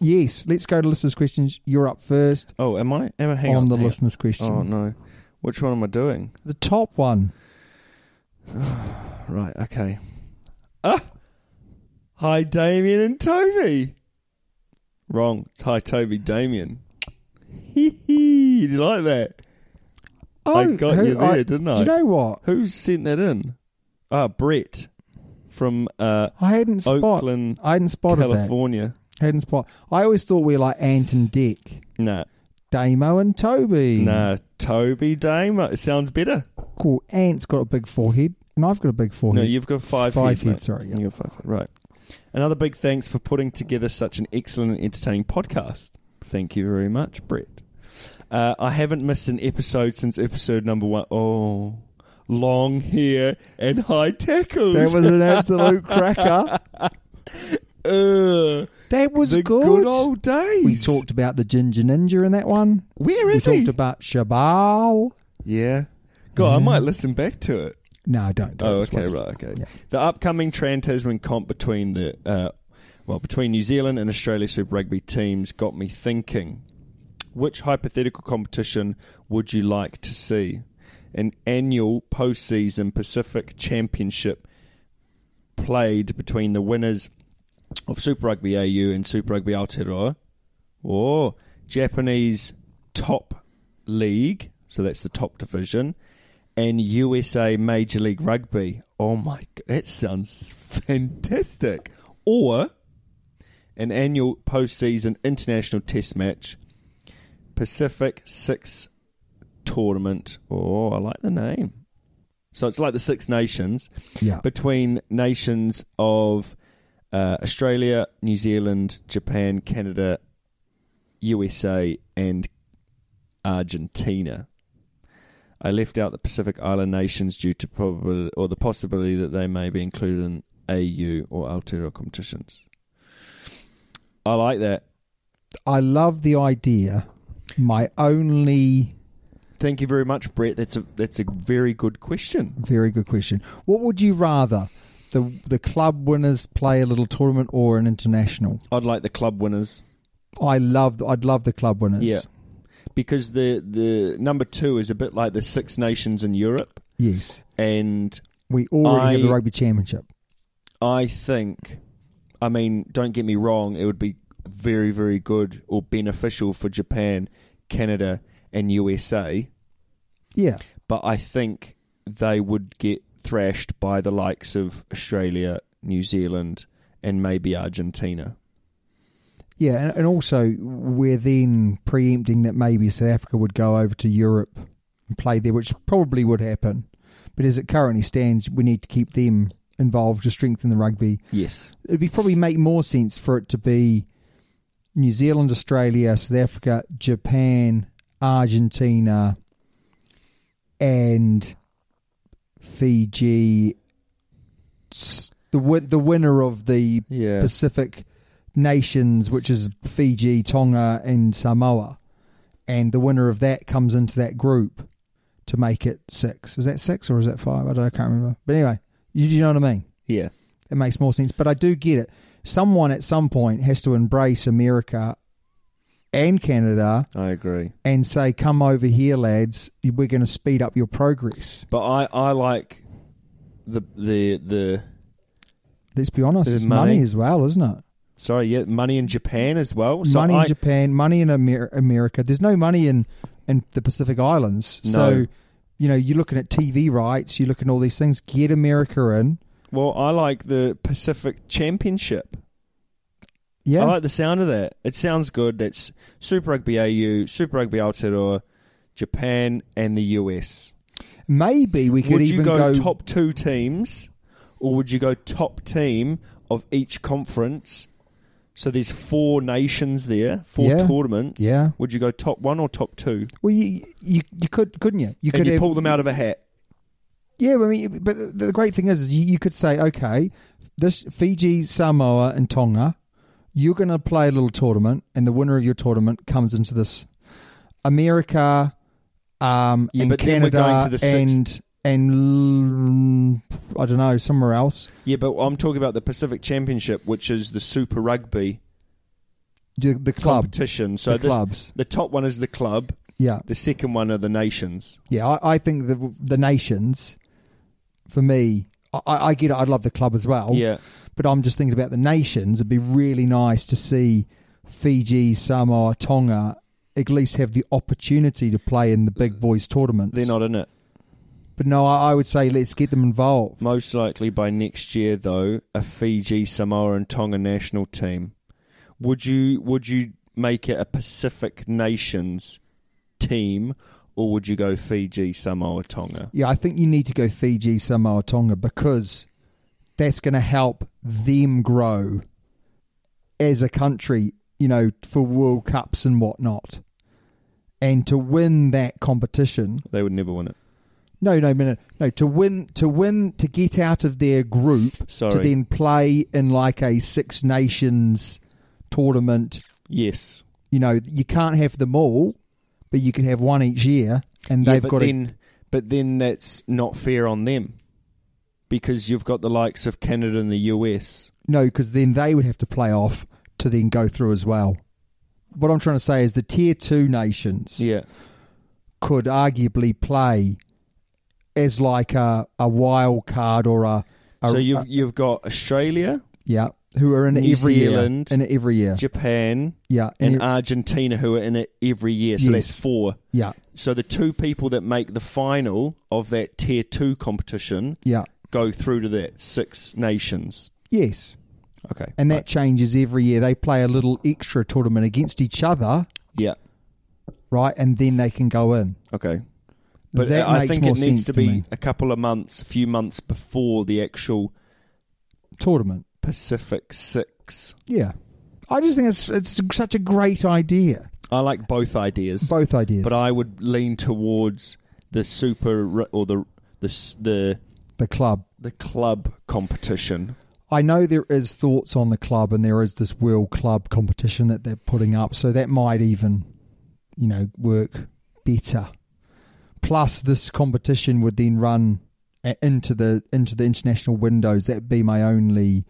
A: Yes, let's go to listeners' questions. You're up first.
B: Oh, am I? Am I? Hang
A: on, the
B: hang
A: listener's question.
B: Oh no, which one am I doing?
A: The top one.
B: Right, okay. Ah, hi Damien and Toby. Wrong. It's hi Toby Damien. Hee hee. Did you like that? I
A: Oh,
B: got you there, didn't I?
A: You know what?
B: Who sent that in? Ah, Brett from uh,
A: I hadn't spot.
B: Oakland,
A: I hadn't spotted
B: California.
A: that. I hadn't spot. I always thought we were like Ant and Dick,
B: Nah,
A: Damo and Toby.
B: nah. Toby Dame. uh, It sounds better.
A: Cool. Ant's got a big forehead, and I've got a big forehead.
B: No, you've got five.
A: Five
B: heads,
A: heads,
B: mate.
A: sorry, yeah.
B: You got five. heads, Right. Another big thanks for putting together such an excellent and entertaining podcast. Thank you very much, Brett. Uh, I haven't missed an episode since episode number one. Oh, long hair and high tackles.
A: That was an absolute
B: *laughs*
A: cracker.
B: Uh,
A: That was
B: the
A: good.
B: good. old days.
A: we talked about the Ginger Ninja in that one.
B: Where
A: We
B: is he?
A: talked about Shabal.
B: yeah. God, I might listen back to it.
A: No, don't do
B: Oh,
A: it. It's
B: okay,
A: waste.
B: right, okay.
A: Yeah.
B: The upcoming Trans Tasman comp between the uh, well between New Zealand and Australia Super Rugby teams got me thinking. Which hypothetical competition would you like to see? An annual postseason Pacific Championship played between the winners of Super Rugby AU and Super Rugby Aotearoa, or Japanese top league, so that's the top division, and USA Major League Rugby. Oh my, g- that sounds fantastic! Or an annual postseason international test match, Pacific Six tournament. Oh, I like the name. So it's like the Six Nations
A: Yeah.
B: between nations of uh, Australia, New Zealand, Japan, Canada, USA, and Argentina. I left out the Pacific Island nations due to probably or the possibility that they may be included in AU or Aotearoa competitions. I like that.
A: I love the idea. My only
B: Thank you very much, Brett. That's a that's a very good question.
A: very good question. What would you rather? The the club winners play a little tournament or an international?
B: I'd like the club winners.
A: I love I'd love the club winners.
B: Yeah. Because the the number two is a bit like the Six Nations in Europe,
A: Yes.
B: and
A: We already have the
B: I-
A: rugby championship.
B: I think, I mean, don't get me wrong, it would be very very good or beneficial for Japan, Canada, and USA,
A: Yeah.
B: but I think they would get thrashed by the likes of Australia, New Zealand, and maybe Argentina.
A: Yeah, and, and also we're then preempting that maybe South Africa would go over to Europe and play there, which probably would happen. But as it currently stands, we need to keep them involved to strengthen the rugby.
B: Yes.
A: It'd be probably make more sense for it to be New Zealand, Australia, South Africa, Japan, Argentina, and Fiji. S- The win- the winner of the
B: Yeah.
A: Pacific nations, which is Fiji, Tonga, and Samoa, and the winner of that comes into that group to make it six. Is that six or is that five? I don't. I can't remember. But anyway, you, you know what I mean.
B: Yeah.
A: It makes more sense. But I do get it. Someone at some point has to embrace America and Canada
B: I agree.
A: and say, "Come over here, lads. We're going to speed up your progress."
B: But I, I like the the the
A: Let's be honest.
B: There's
A: It's money.
B: money.
A: as well, isn't it?
B: sorry, yeah, money in Japan as well. So
A: money
B: I,
A: in Japan, money in Amer- America. There's no money in in the Pacific Islands. So
B: No.
A: you know, you're looking at TV rights. You're looking at all these things. Get America in.
B: Well, I like the Pacific Championship.
A: Yeah,
B: I like the sound of that. It sounds good. That's Super Rugby AU, Super Rugby Aotearoa, Japan, and the US.
A: maybe we could
B: would
A: even
B: you go,
A: go,
B: top two teams, or would you go top team of each conference? So there's four nations there, four
A: Yeah.
B: tournaments.
A: Yeah.
B: Would you go top one or top two?
A: Well, you, you you could couldn't you? You
B: and
A: could
B: you
A: have-
B: pull them out of a hat.
A: Yeah, I mean, but the- the great thing is, is you, you could say, okay, this Fiji, Samoa, and Tonga, you're going to play a little tournament, and the winner of your tournament comes into this America, um,
B: Yeah,
A: and
B: but then we're
A: Canada,
B: going to the sixth-
A: and and mm, I don't know somewhere else.
B: Yeah, but I'm talking about the Pacific Championship, which is the Super Rugby
A: The, the club,
B: competition. So
A: The
B: this-
A: clubs.
B: the top one is the club.
A: yeah,
B: The second one are the nations.
A: yeah. I, I think the the nations, for me, I, I I get it. I'd love the club as well.
B: Yeah.
A: But I'm just thinking about the nations. It'd be really nice to see Fiji, Samoa, Tonga at least have the opportunity to play in the big boys tournaments.
B: Uh, They're not in it.
A: But no, I, I would say let's get them involved.
B: Most likely by next year, though, a Fiji, Samoa, and Tonga national team. Would you would you make it a Pacific Nations team, or would you go Fiji, Samoa, Tonga?
A: Yeah, I think you need to go Fiji, Samoa, Tonga because that's going to help them grow as a country, you know, for World Cups and whatnot. And to win that competition,
B: They would never win it.
A: No, no, minute. No, to win, to win, to get out of their group, to
B: Sorry.
A: then play in like a Six Nations tournament.
B: Yes.
A: You know, you can't have them all, but you can have one each year, and
B: Yeah,
A: they've
B: but
A: got to
B: then, but then that's not fair on them because you've got the likes of Canada and the US.
A: no, because then they would have to play off to then go through as well. What I'm trying to say is the tier two nations
B: Yeah.
A: could arguably play as like a, a wild card or a, a
B: so you've
A: a-
B: you've got Australia,
A: yeah who are in
B: New
A: every
B: Zealand,
A: year in every year
B: Japan,
A: yeah in
B: and
A: e-
B: Argentina who are in it every year. So
A: Yes.
B: that's four.
A: yeah
B: So the two people that make the final of that tier two competition
A: yeah
B: go through to that six nations.
A: yes
B: Okay.
A: and that changes every year they play a little extra tournament against each other
B: Yeah.
A: right and then they can go in
B: Okay. But
A: That
B: I
A: makes
B: think
A: more
B: it needs
A: sense
B: to
A: to
B: be
A: me.
B: a couple of months, a few months before the actual
A: tournament
B: Pacific Six.
A: yeah I just think it's it's such a great idea
B: I like both ideas,
A: both ideas
B: but I would lean towards the super r- or the the s- the
A: the club
B: the club competition.
A: I know there is thoughts on the club, and there is this world club competition that they're putting up, so that might even, you know, work better. Plus, this competition would then run a- into the into the international windows. That'd be my only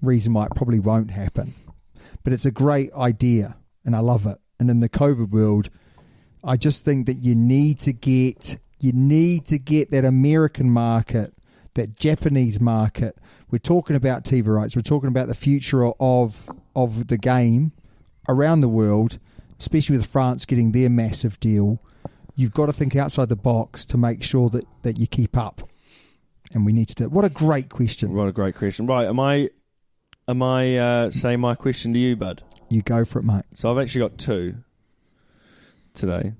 A: reason why it probably won't happen. But it's a great idea, and I love it. And in the COVID world, I just think that you need to get you need to get that American market, that Japanese market. We're talking about TV rights. We're talking about the future of of the game around the world, especially with France getting their massive deal. You've got to think outside the box to make sure that, that you keep up. And we need to do What a great question.
B: What a great question! Right, am I am I uh, saying my question to you, bud?
A: You go for it, mate.
B: So I've actually got two today.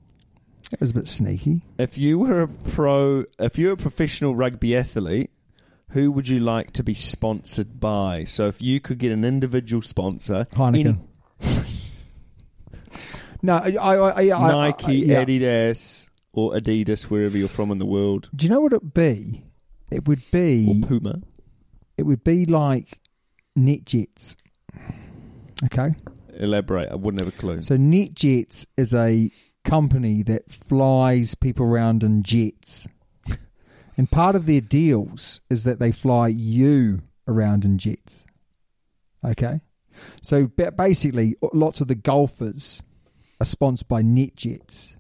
A: That was a bit sneaky.
B: If you were a pro, if you're a professional rugby athlete, who would you like to be sponsored by? So if you could get an individual sponsor,
A: Heineken.
B: any-
A: no, I, I, I, I, I-
B: Nike,
A: yeah.
B: Adidas, or Adidas, wherever you're from in the world,
A: Do you know what it'd be? It would
B: or
A: be
B: Puma.
A: it would be like NetJets. Okay,
B: Elaborate. I wouldn't have a clue. *laughs*
A: so NetJets is a company that flies people around in jets, *laughs* and part of their deals is that they fly you around in jets. Okay, so ba- basically, lots of the golfers are sponsored by NetJets,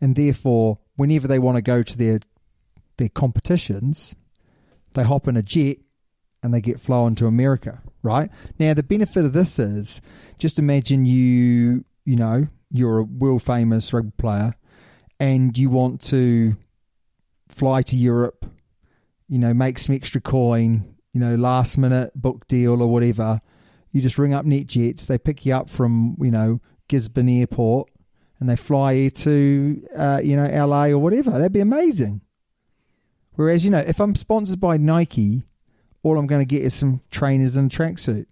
A: and therefore, whenever they want to go to their their competitions, they hop in a jet and they get flown to America, right? Now the benefit of this is just imagine you, you know, you're a world famous rugby player and you want to fly to Europe, you know, make some extra coin, you know, last minute book deal or whatever. You just ring up NetJets, they pick you up from, you know, Gisborne Airport and they fly you to, uh, you know, LA or whatever. That'd be amazing. Whereas, you know, if I'm sponsored by Nike, all I'm going to get is some trainers and a tracksuit.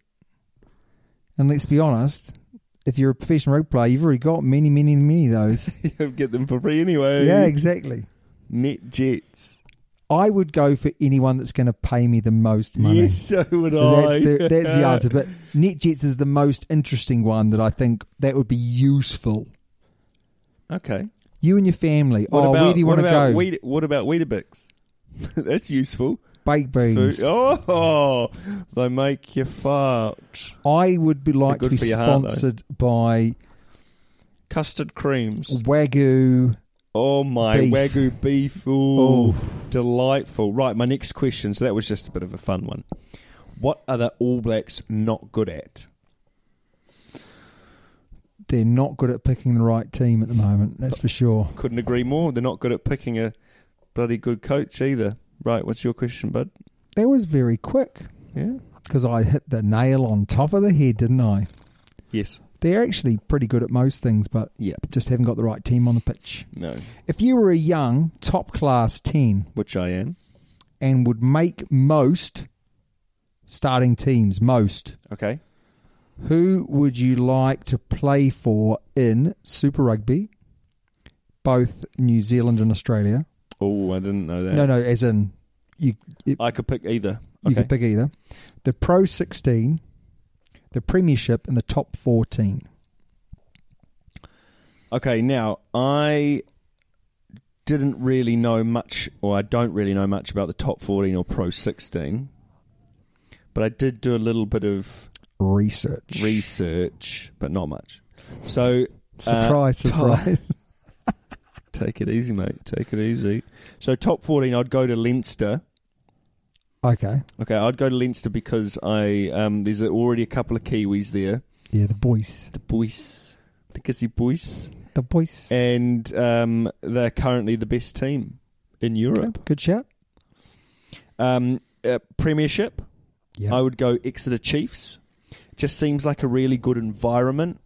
A: And let's be honest, if you're a professional rugby player, you've already got many, many, many of those.
B: You'd get them for free anyway.
A: yeah, exactly.
B: Net Jets.
A: I would go for anyone that's going to pay me the most money.
B: Yes, *laughs* so would I.
A: That's the, that's
B: *laughs*
A: the answer. But NetJets is the most interesting one that I think that would be useful.
B: okay.
A: You and your family.
B: What
A: oh,
B: about,
A: where do you
B: what
A: want to
B: about
A: go?
B: Weet- what about Weetabix? *laughs* That's useful.
A: Baked
B: It's
A: beans.
B: food- Oh, they make you fart.
A: I would be like to
B: good
A: be
B: for your heart, though.
A: sponsored by
B: Custard creams.
A: Wagyu.
B: Oh my
A: Beef. Oh.
B: wagyu beef! Ooh, delightful. Right, my next question. So that was just a bit of a fun one. What are the All Blacks not good at?
A: They're not good at picking the right team at the moment. That's for sure.
B: Couldn't agree more. They're not good at picking a bloody good coach either. Right, what's your question, bud?
A: That was very quick
B: Yeah.
A: because I hit the nail on top of the head, didn't I?
B: Yes.
A: They're actually pretty good at most things, but
B: Yep.
A: just haven't got the right team on the pitch.
B: No.
A: If you were a young top class 10
B: Which I am.
A: and would make most starting teams, most,
B: Okay.
A: who would you like to play for in Super Rugby, both New Zealand and Australia?
B: Oh, I didn't know that.
A: No, no, as in you it-
B: I could pick either.
A: you
B: Okay.
A: can pick either. The Pro 16, the Premiership, and the top 14.
B: Okay, now I didn't really know much, or I don't really know much about the top 14 or Pro 16, but I did do a little bit of
A: Research.
B: research, but not much. So, uh, *laughs*
A: Surprise,
B: top-
A: surprise. *laughs*
B: take it easy, mate. Take it easy. So, top 14, I'd go to Leinster.
A: okay.
B: Okay, I'd go to Leinster because I um, there's already a couple of Kiwis there.
A: Yeah, the boys.
B: The boys, the Kissy boys,
A: The boys.
B: and um, they're currently the best team in Europe.
A: Okay, Good shout.
B: Um, uh, premiership,
A: Yeah.
B: I would go Exeter Chiefs. Just seems like a really good environment.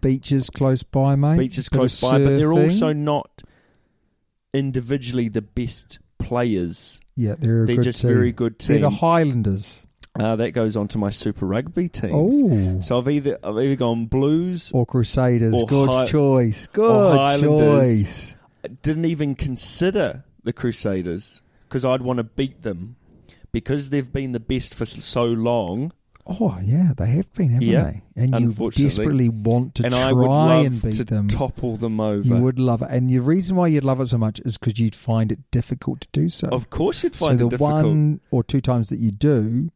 A: Beaches close by, mate.
B: Beaches
A: Bit of
B: close by, but they're
A: surfing.
B: also not individually the best players.
A: yeah, they're a
B: They're
A: good
B: just
A: team.
B: very good
A: They're the
B: team.
A: Highlanders.
B: Uh, that goes on to my Super Rugby teams.
A: Oh,
B: So I've either I've either gone Blues.
A: or Crusaders.
B: Or
A: good
B: Hi-
A: choice.
B: or
A: Good
B: Highlanders.
A: choice.
B: Didn't even consider the Crusaders because I'd want to beat them because they've been the best for s- so long.
A: Oh yeah, they have been, haven't
B: Yeah,
A: they? And you
B: unfortunately.
A: desperately want to
B: and
A: try
B: I would love
A: and beat
B: to
A: them.
B: topple them over.
A: You would love it, and the reason why you'd love it so much is because you'd find it difficult to do so.
B: Of course, you'd
A: so
B: find
A: the
B: it difficult.
A: one or two times that you do,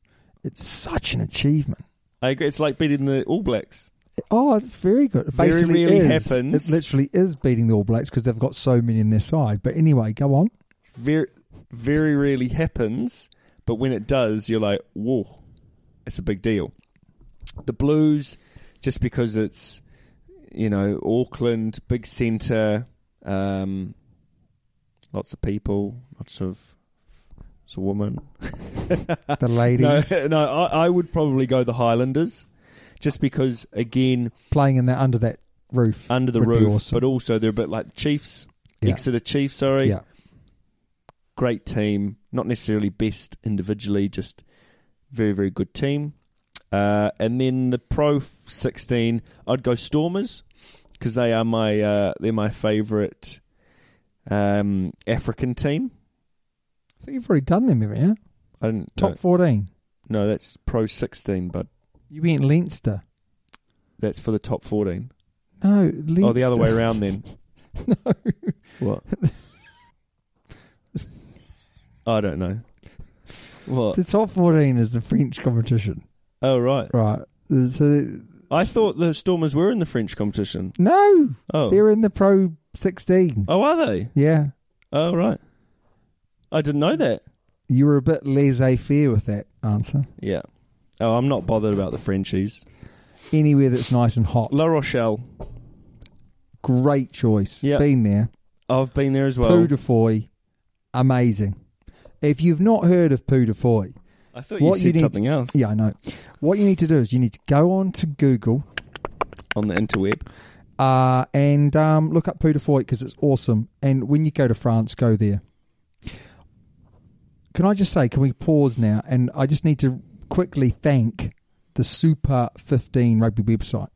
A: it's such an achievement.
B: I agree. It's like beating the All Blacks.
A: Oh, it's very good. It
B: Very
A: basically
B: rarely
A: is.
B: happens.
A: It literally is beating the All Blacks because they've got so many in their side. But anyway, go
B: *laughs*
A: on.
B: Very, very rarely happens, but when it does, you're like, whoa, it's a big deal. The Blues, just because it's, you know, Auckland, big centre, um, lots of people, lots of, it's a woman.
A: The ladies
B: No, *laughs* no, I, I would probably go the Highlanders, just because again,
A: playing in that under that roof
B: under the
A: would be
B: roof,
A: awesome.
B: but also they're a bit like the Chiefs,
A: Yeah.
B: Exeter Chiefs. Sorry,
A: yeah,
B: great team, not necessarily best individually, just very, very good team. Uh, and then the Pro 16, I'd go Stormers because they are my uh, they're my favourite um, African team.
A: I think you've already done them, haven't you?
B: I didn't
A: Top fourteen.
B: No, no, that's Pro 16, but
A: You went Leinster.
B: that's for the top 14.
A: No, Leinster.
B: Oh, the other way around then.
A: *laughs* no,
B: What? I
A: *laughs*
B: don't know. What?
A: the top fourteen is the French competition,
B: Oh right.
A: right? So
B: I thought the Stormers were in the French competition.
A: no,
B: Oh.
A: they're in the Pro sixteen.
B: Oh, are they?
A: Yeah,
B: Oh, right. I didn't know that.
A: you were a bit laissez-faire with that answer.
B: Yeah. Oh, I'm not bothered about the Frenchies.
A: Anywhere that's nice and hot,
B: La Rochelle.
A: great choice.
B: Yeah.
A: been there.
B: I've been there as well.
A: Pou de Foy, amazing. If you've not heard of Pou de Foy,
B: I
A: what
B: thought you
A: you
B: said
A: need-
B: something else
A: yeah, I know. What you need to do is you need to go on to Google
B: on the interweb.
A: uh, and um, look up Pou de Foy because it's awesome. And when you go to France, go there. Can I just say, can we pause now? And I just need to quickly thank the Super 15 rugby website.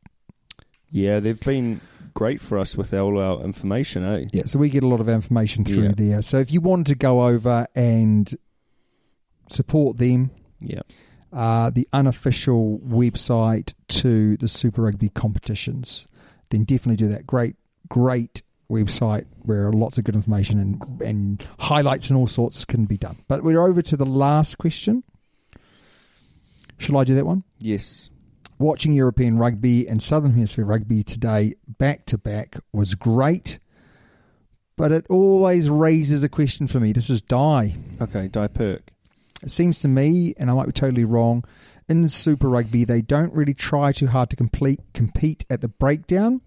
B: Yeah, they've been great for us with all our information, eh?
A: Yeah, so we get a lot of information through
B: Yeah.
A: there. So if you want to go over and support them,
B: Yeah.
A: uh, the unofficial website to the Super Rugby competitions, then definitely do that. Great, great website where lots of good information and, and highlights and all sorts can be done. But we're over to the last question. Shall I do that one?
B: Yes.
A: Watching European rugby and Southern Hemisphere rugby today back to back was great, but it always raises a question for me. This is Die.
B: Okay, Die Perk.
A: It seems to me, and I might be totally wrong, in Super Rugby they don't really try too hard to complete compete at the breakdown.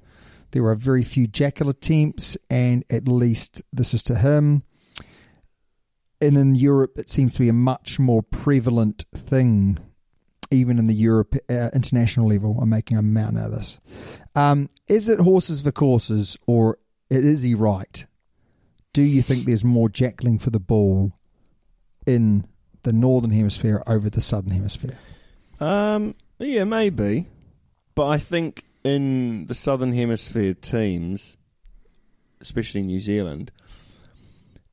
A: There are very few jackal attempts, and at least this is to him. And in Europe, it seems to be a much more prevalent thing, even in the Europe uh, international level. I'm making a mountain out of this. Um, is it horses for courses, or is he right? Do you think there's more jackling for the ball in the northern hemisphere over the southern hemisphere.
B: Um, yeah, maybe. But I think in the Southern Hemisphere teams, especially New Zealand,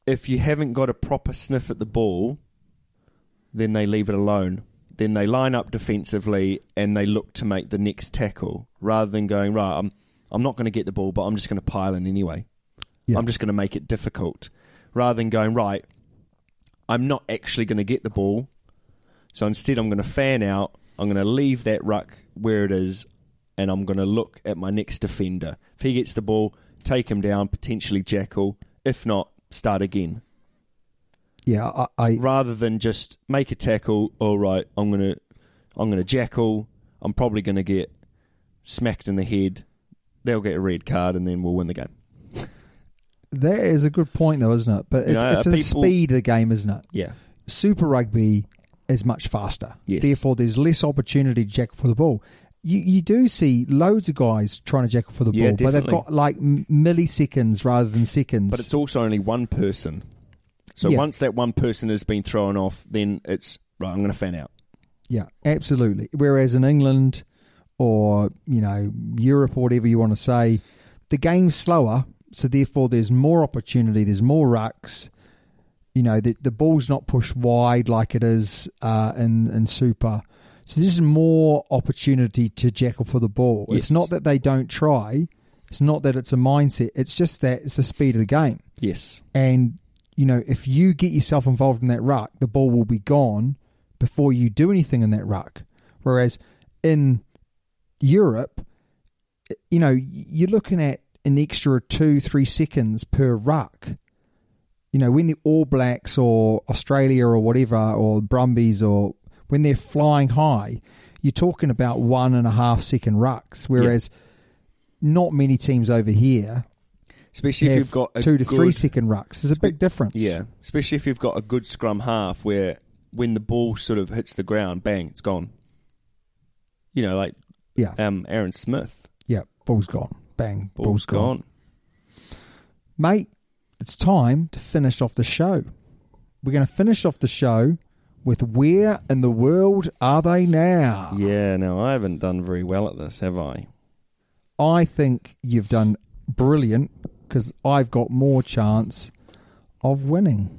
B: if you haven't got a proper sniff at the ball, then they leave it alone. Then they line up defensively and they look to make the next tackle rather than going, right, I'm, I'm not going to get the ball, but I'm just going to pile in anyway.
A: Yeah.
B: I'm just going to make it difficult rather than going, right, I'm not actually going to get the ball. So instead, I'm going to fan out. I'm going to leave that ruck where it is and I'm going to look at my next defender. If he gets the ball, take him down, potentially jackal. If not, start again
A: Yeah, I, I
B: rather than just make a tackle. All right, I'm gonna, I'm gonna jackal. I'm probably gonna get smacked in the head. They'll get a red card, and then we'll win the game.
A: that is a good point though, isn't it? But it's,
B: You know,
A: it's
B: uh,
A: the
B: people-
A: speed of the game, isn't it?
B: Yeah,
A: Super Rugby is much faster.
B: Yes.
A: Therefore, there's less opportunity to jackal for the ball. You, you do see loads of guys trying to jackal for the
B: Yeah,
A: ball, but they've
B: definitely.
A: got like m- milliseconds rather than seconds.
B: but it's also only one person. So
A: Yeah.
B: once that one person has been thrown off, then it's right. I'm gonna fan out.
A: Yeah, absolutely. Whereas in England or, you know, Europe or whatever you want to say, the game's slower, so therefore there's more opportunity, there's more rucks. You know, the, the ball's not pushed wide like it is uh, in, in Super. So there's more opportunity to jackal for the ball.
B: Yes.
A: It's not that they don't try. It's not that it's a mindset. It's just that it's the speed of the game.
B: Yes,
A: And, you know, if you get yourself involved in that ruck, the ball will be gone before you do anything in that ruck. Whereas in Europe, you know, you're looking at an extra two, three seconds per ruck. You know, when the All Blacks or Australia or whatever, or Brumbies or when they're flying high, you're talking about one and a half second rucks. Whereas not many teams over here
B: especially if
A: have
B: you've got a
A: two to three
B: good-
A: second rucks. There's a big difference.
B: Yeah, especially if you've got a good scrum half where when the ball sort of hits the ground, bang, it's gone. You know, like
A: Yeah.
B: um, Aaron Smith,
A: Yeah. Ball's gone. Bang.
B: ball's gone.
A: Mate, it's time to finish off the show. We're going to finish off the show with Where in the World Are They Now?
B: Yeah, no, I haven't done very well at this, have I?
A: I think you've done brilliant because I've got more chance of winning.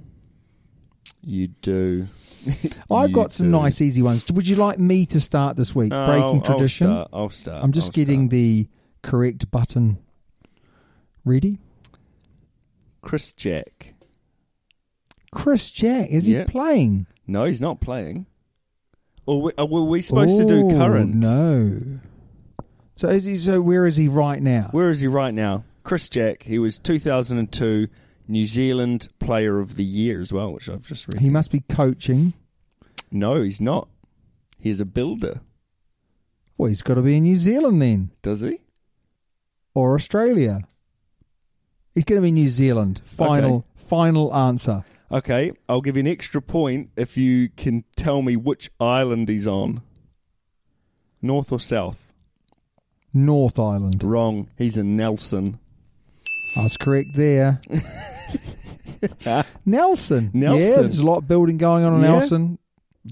B: You do.
A: I've
B: You
A: got some
B: do.
A: nice, easy ones. Would you like me to start this week?
B: No, Oh, I'll-
A: Breaking tradition.
B: I'll start. I'll start
A: I'm just
B: I'll
A: getting
B: start.
A: the correct button ready.
B: Chris Jack.
A: Chris Jack, is
B: Yeah.
A: he playing?
B: No, he's not playing. Or we, are were we supposed to do
A: Oh,
B: current?
A: No. So is he? So where is he right now?
B: Where is he right now? Chris Jack. He was 2002 New Zealand Player of the Year as well, which I've just read.
A: he must be coaching.
B: No, he's not. He's a builder.
A: Well, he's got to be in New Zealand then,
B: Does he?
A: or Australia. He's going to be New Zealand. Final,
B: Okay.
A: final answer.
B: Okay, I'll give you an extra point if you can tell me which island he's on. North or south?
A: North Island.
B: Wrong. He's in Nelson.
A: I was correct
B: *laughs*
A: there. Nelson. Yeah,
B: Nelson.
A: there's a lot of building going on in
B: Yeah.
A: Nelson.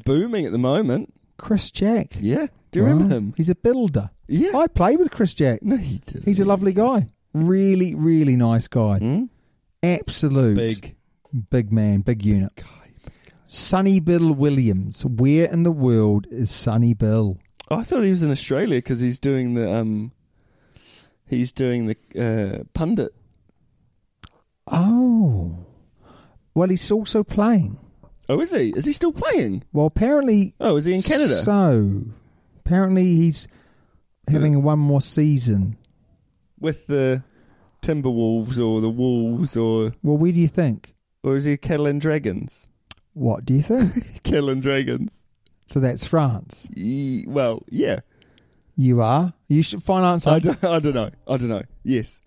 B: Booming at the moment.
A: Chris Jack.
B: Yeah. Do you remember
A: Wow.
B: him?
A: He's a builder.
B: Yeah.
A: I played with Chris Jack.
B: No, he didn't.
A: He's a lovely guy. Really, really nice guy. Absolute
B: big.
A: big man, big unit. Sonny Bill Williams. Where in the world is Sonny Bill?
B: Oh, I thought he was in Australia because he's doing the um, he's doing the uh, pundit.
A: Oh. Well, he's also playing.
B: Oh, is he? Is he still playing?
A: Well, apparently.
B: Oh, is he in Canada?
A: So, apparently he's having one more season.
B: With the Timberwolves or the Wolves or
A: Well, where do you think?
B: or is he Kettle and *laughs* Dragons?
A: What do you think?
B: *laughs* Kettle and Dragons.
A: so that's France.
B: Ye- well, yeah.
A: You are. You should find answer.
B: I don't, I don't know. I don't know. Yes.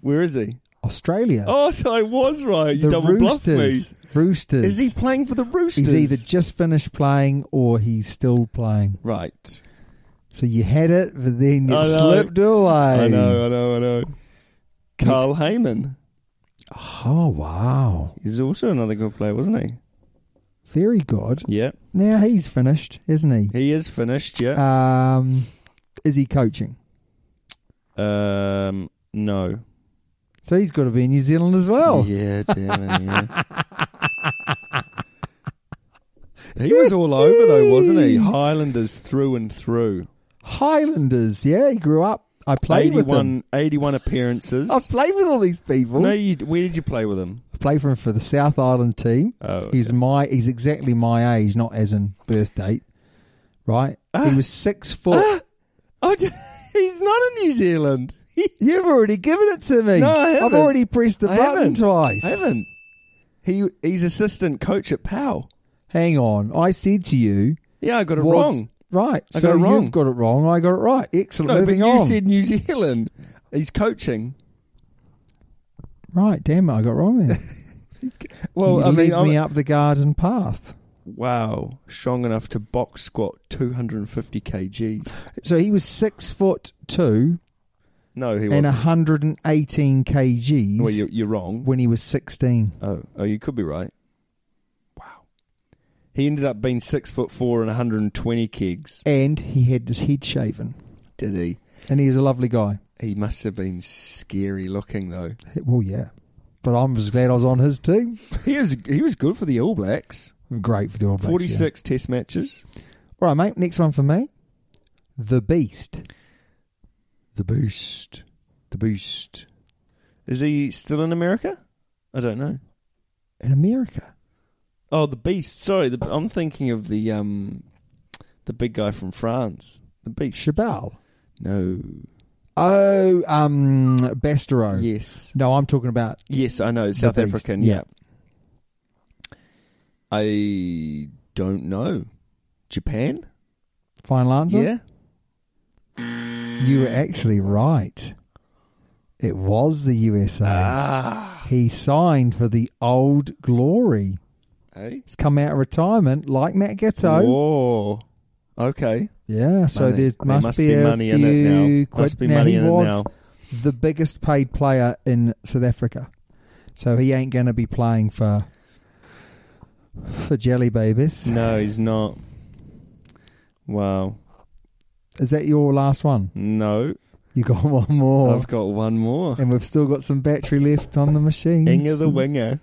B: Where is he?
A: Australia.
B: Oh, *laughs* I was right. You
A: the
B: double bluffed me.
A: Roosters. Roosters.
B: Is he playing for the Roosters?
A: He's either just finished playing or he's still playing.
B: right.
A: So you had it, but then
B: I
A: it
B: know.
A: slipped away.
B: I know. I know. I know. Carl Heyman.
A: Oh wow,
B: He's also another good player, wasn't he?
A: very good.
B: Yeah.
A: Now he's finished, isn't
B: He is finished,
A: he?
B: yeah.
A: Um, is he coaching?
B: um, no.
A: So he's got to be in New Zealand as well.
B: Yeah,
A: *laughs*
B: darling, yeah. he was all over though, wasn't he? Highlanders through and through.
A: Highlanders. Yeah, he grew up. I played with them.
B: 81, 81 appearances.
A: I've played with all these people.
B: no, you, where did you play
A: *gasps*
B: with him?
A: I played for him for the South Island team.
B: Oh,
A: he's my he's exactly my age, not as in birth date. Right?
B: Ah.
A: he was six foot.
B: Oh, *laughs* he's not in New Zealand.
A: You've already given it to me.
B: No, I
A: have
B: haven't.
A: already pressed the
B: I
A: button
B: haven't.
A: twice.
B: I haven't. He he's assistant coach at Powell.
A: Hang on. I said to you
B: Yeah, I got it
A: was-
B: wrong.
A: Right.
B: I
A: so
B: got it wrong.
A: you've got it wrong, I got it right. Excellent.
B: No, but
A: Moving
B: you
A: on.
B: said New *laughs* Zealand. He's coaching.
A: right, damn it, I got it wrong then.
B: *laughs* Well,
A: you
B: I mean,
A: lead me
B: I'm-
A: up the garden path.
B: wow, strong enough to box squat 250 kgs.
A: So he was six foot two
B: No, he
A: and
B: wasn't.
A: hundred and eighteen kgs
B: well, you're, you're wrong.
A: when he was sixteen.
B: Oh, oh, you could be right. Wow. He ended up being six foot four and 120 kegs.
A: And he had his head shaven.
B: Did he?
A: And he was a lovely guy.
B: He must have been scary
A: *laughs*
B: looking though.
A: Well, yeah. But I'm just glad I was on his team.
B: He was he was good for the All Blacks.
A: Great for the All Blacks. yeah.
B: 46 Test matches.
A: All right, mate. Next one for me. The Beast.
B: The Beast. The Beast. Is he still in America? I don't know.
A: In America.
B: Oh, the Beast. Sorry, the, I'm thinking of the um, the big guy from France. The Beast.
A: Chabal.
B: No.
A: Oh, um, Bastero.
B: Yes.
A: No, I'm talking about
B: Yes, I know. South
A: The Beast,
B: African.
A: yeah.
B: Yeah. I don't know. Japan.
A: Final Answer.
B: Yeah.
A: You were actually right. It was the USA.
B: Ah.
A: He signed for the Old Glory.
B: Hey.
A: He's come out of retirement like Matt Ghetto.
B: Whoa. Okay.
A: Yeah, so
B: Money.
A: there
B: There
A: must,
B: must
A: be,
B: be
A: a
B: money in
A: few
B: it now. Must
A: quid.
B: be
A: now,
B: money
A: he
B: in it
A: was
B: now.
A: the biggest paid player in South Africa, so he ain't going to be playing for for jelly babies.
B: No, he's not. Wow.
A: Is that your last one?
B: No.
A: You got *laughs* one more,
B: I've got one more.
A: and we've still got some battery left on the machine.
B: Inga the Winger.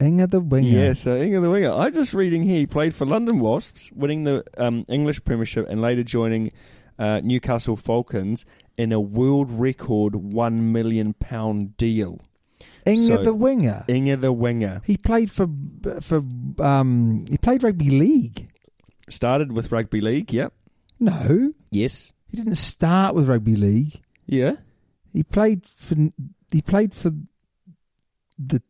A: Inga the winger.
B: Yeah, so Inga the Winger. I just reading here, he played for London Wasps, winning the um, English Premiership and later joining uh, Newcastle Falcons in a world record one million pound deal.
A: Inga
B: So-
A: the winger.
B: Inga the Winger
A: He played for for um. He played rugby league.
B: started with rugby league. Yep.
A: No,
B: Yes.
A: he didn't start with rugby league.
B: Yeah.
A: He played for he played for the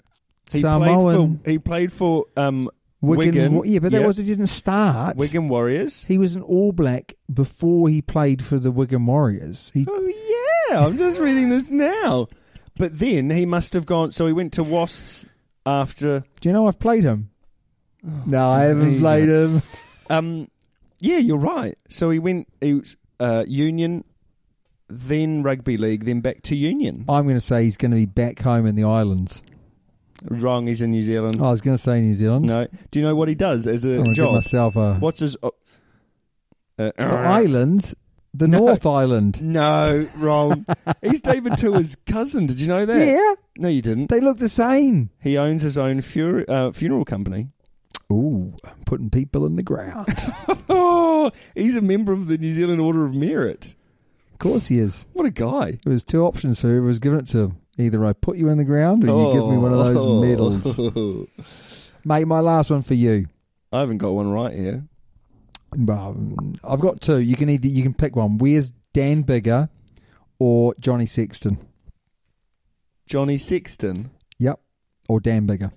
B: He
A: Samoan
B: played for he played for um,
A: Wigan,
B: Wigan.
A: Wa- Yeah, but that
B: yeah.
A: was he didn't start.
B: *laughs* Wigan Warriors.
A: He was an All Black before he played for the Wigan Warriors. He
B: Oh yeah, I'm just reading this now. But then he must have gone. So he went to Wasps after.
A: do you know I've played him?
B: Oh,
A: no, I haven't
B: yeah.
A: played him.
B: Um, yeah, you're right. So he went he was, uh, Union, then Rugby League, then back to Union.
A: I'm going to say he's going to be back home in the islands.
B: Wrong. He's in New Zealand.
A: I was going to say New Zealand.
B: No. Do you know what he does as a
A: I'm going to give
B: job?
A: myself a
B: What's his? o- Uh,
A: Oh, the islands, the
B: No.
A: North Island.
B: No,
A: *laughs*
B: wrong. he's David Tua's cousin. Did you know that?
A: Yeah,
B: No, you didn't.
A: they look the same.
B: He owns his own fur- uh, funeral company.
A: Ooh, I'm putting people in the ground.
B: Oh, he's a member of the New Zealand Order of Merit.
A: of course he is.
B: What a guy.
A: There was two options for whoever was giving it to him. Either I put you in the ground or you give me one of
B: Oh.
A: those
B: *laughs*
A: medals.
B: medals.
A: Mate, my last one for you.
B: I haven't got one right here.
A: Well, I've got two. You can either you can pick one. Where's Dan Bigger or Johnny Sexton?
B: Johnny Sexton.
A: Yep. Or Dan Bigger.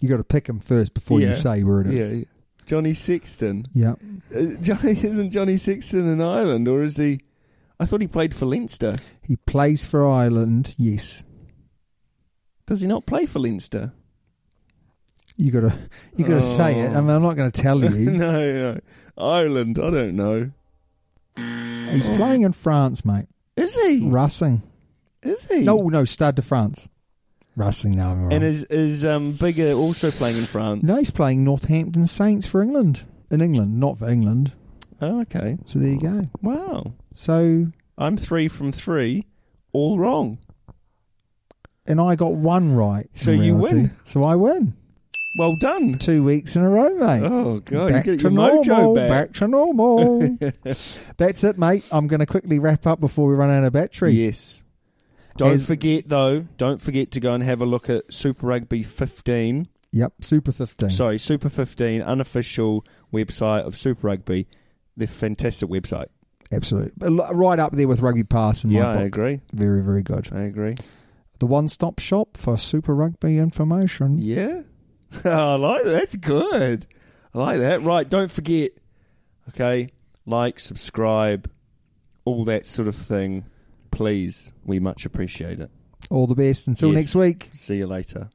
A: You got to pick him first before
B: Yeah.
A: you say where it is.
B: Yeah. Johnny Sexton.
A: Yep.
B: Uh, Johnny *laughs* isn't Johnny Sexton in Ireland, or is he? I thought he played for Leinster.
A: He plays for Ireland. Yes.
B: Does he not play for Leinster?
A: You got to you got to say
B: Oh.
A: it. I mean, I'm not going to tell
B: *laughs* no,
A: you.
B: no. Ireland. I don't know.
A: He's playing in France, mate.
B: Is he?
A: Racing.
B: Is he?
A: No, no, Stade de France. Racing now. I'm wrong.
B: And is is um bigger also playing in France?
A: No, he's playing Northampton Saints for England. In England, not for England.
B: Oh, okay.
A: So there you go.
B: Wow.
A: So
B: I'm three from three, all wrong.
A: and I got one right.
B: So
A: in
B: you
A: reality.
B: win.
A: So I win.
B: Well done.
A: Two weeks in a row, mate.
B: Oh, God, you
A: Back
B: get
A: to
B: your mojo
A: normal.
B: back.
A: to
B: *laughs*
A: normal. That's it, mate. I'm going to quickly wrap up before we run out of battery.
B: Yes. Don't
A: As-
B: forget though. Don't forget to go and have a look at Super Rugby 15.
A: Yep. Super 15.
B: Sorry, Super 15 unofficial website of Super Rugby. They're fantastic website.
A: Absolutely. But l- Right up there with Rugby Pass in
B: Yeah,
A: my
B: I
A: book.
B: agree.
A: Very, very good.
B: I agree.
A: The one stop shop for Super Rugby information.
B: Yeah. *laughs* I like that. That's good. I like that. Right, don't forget, okay, like, subscribe, all that sort of thing. Please, we much appreciate it.
A: All the best. Until
B: Yes.
A: next week.
B: See you later.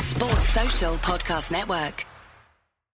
C: Sports Social Podcast Network.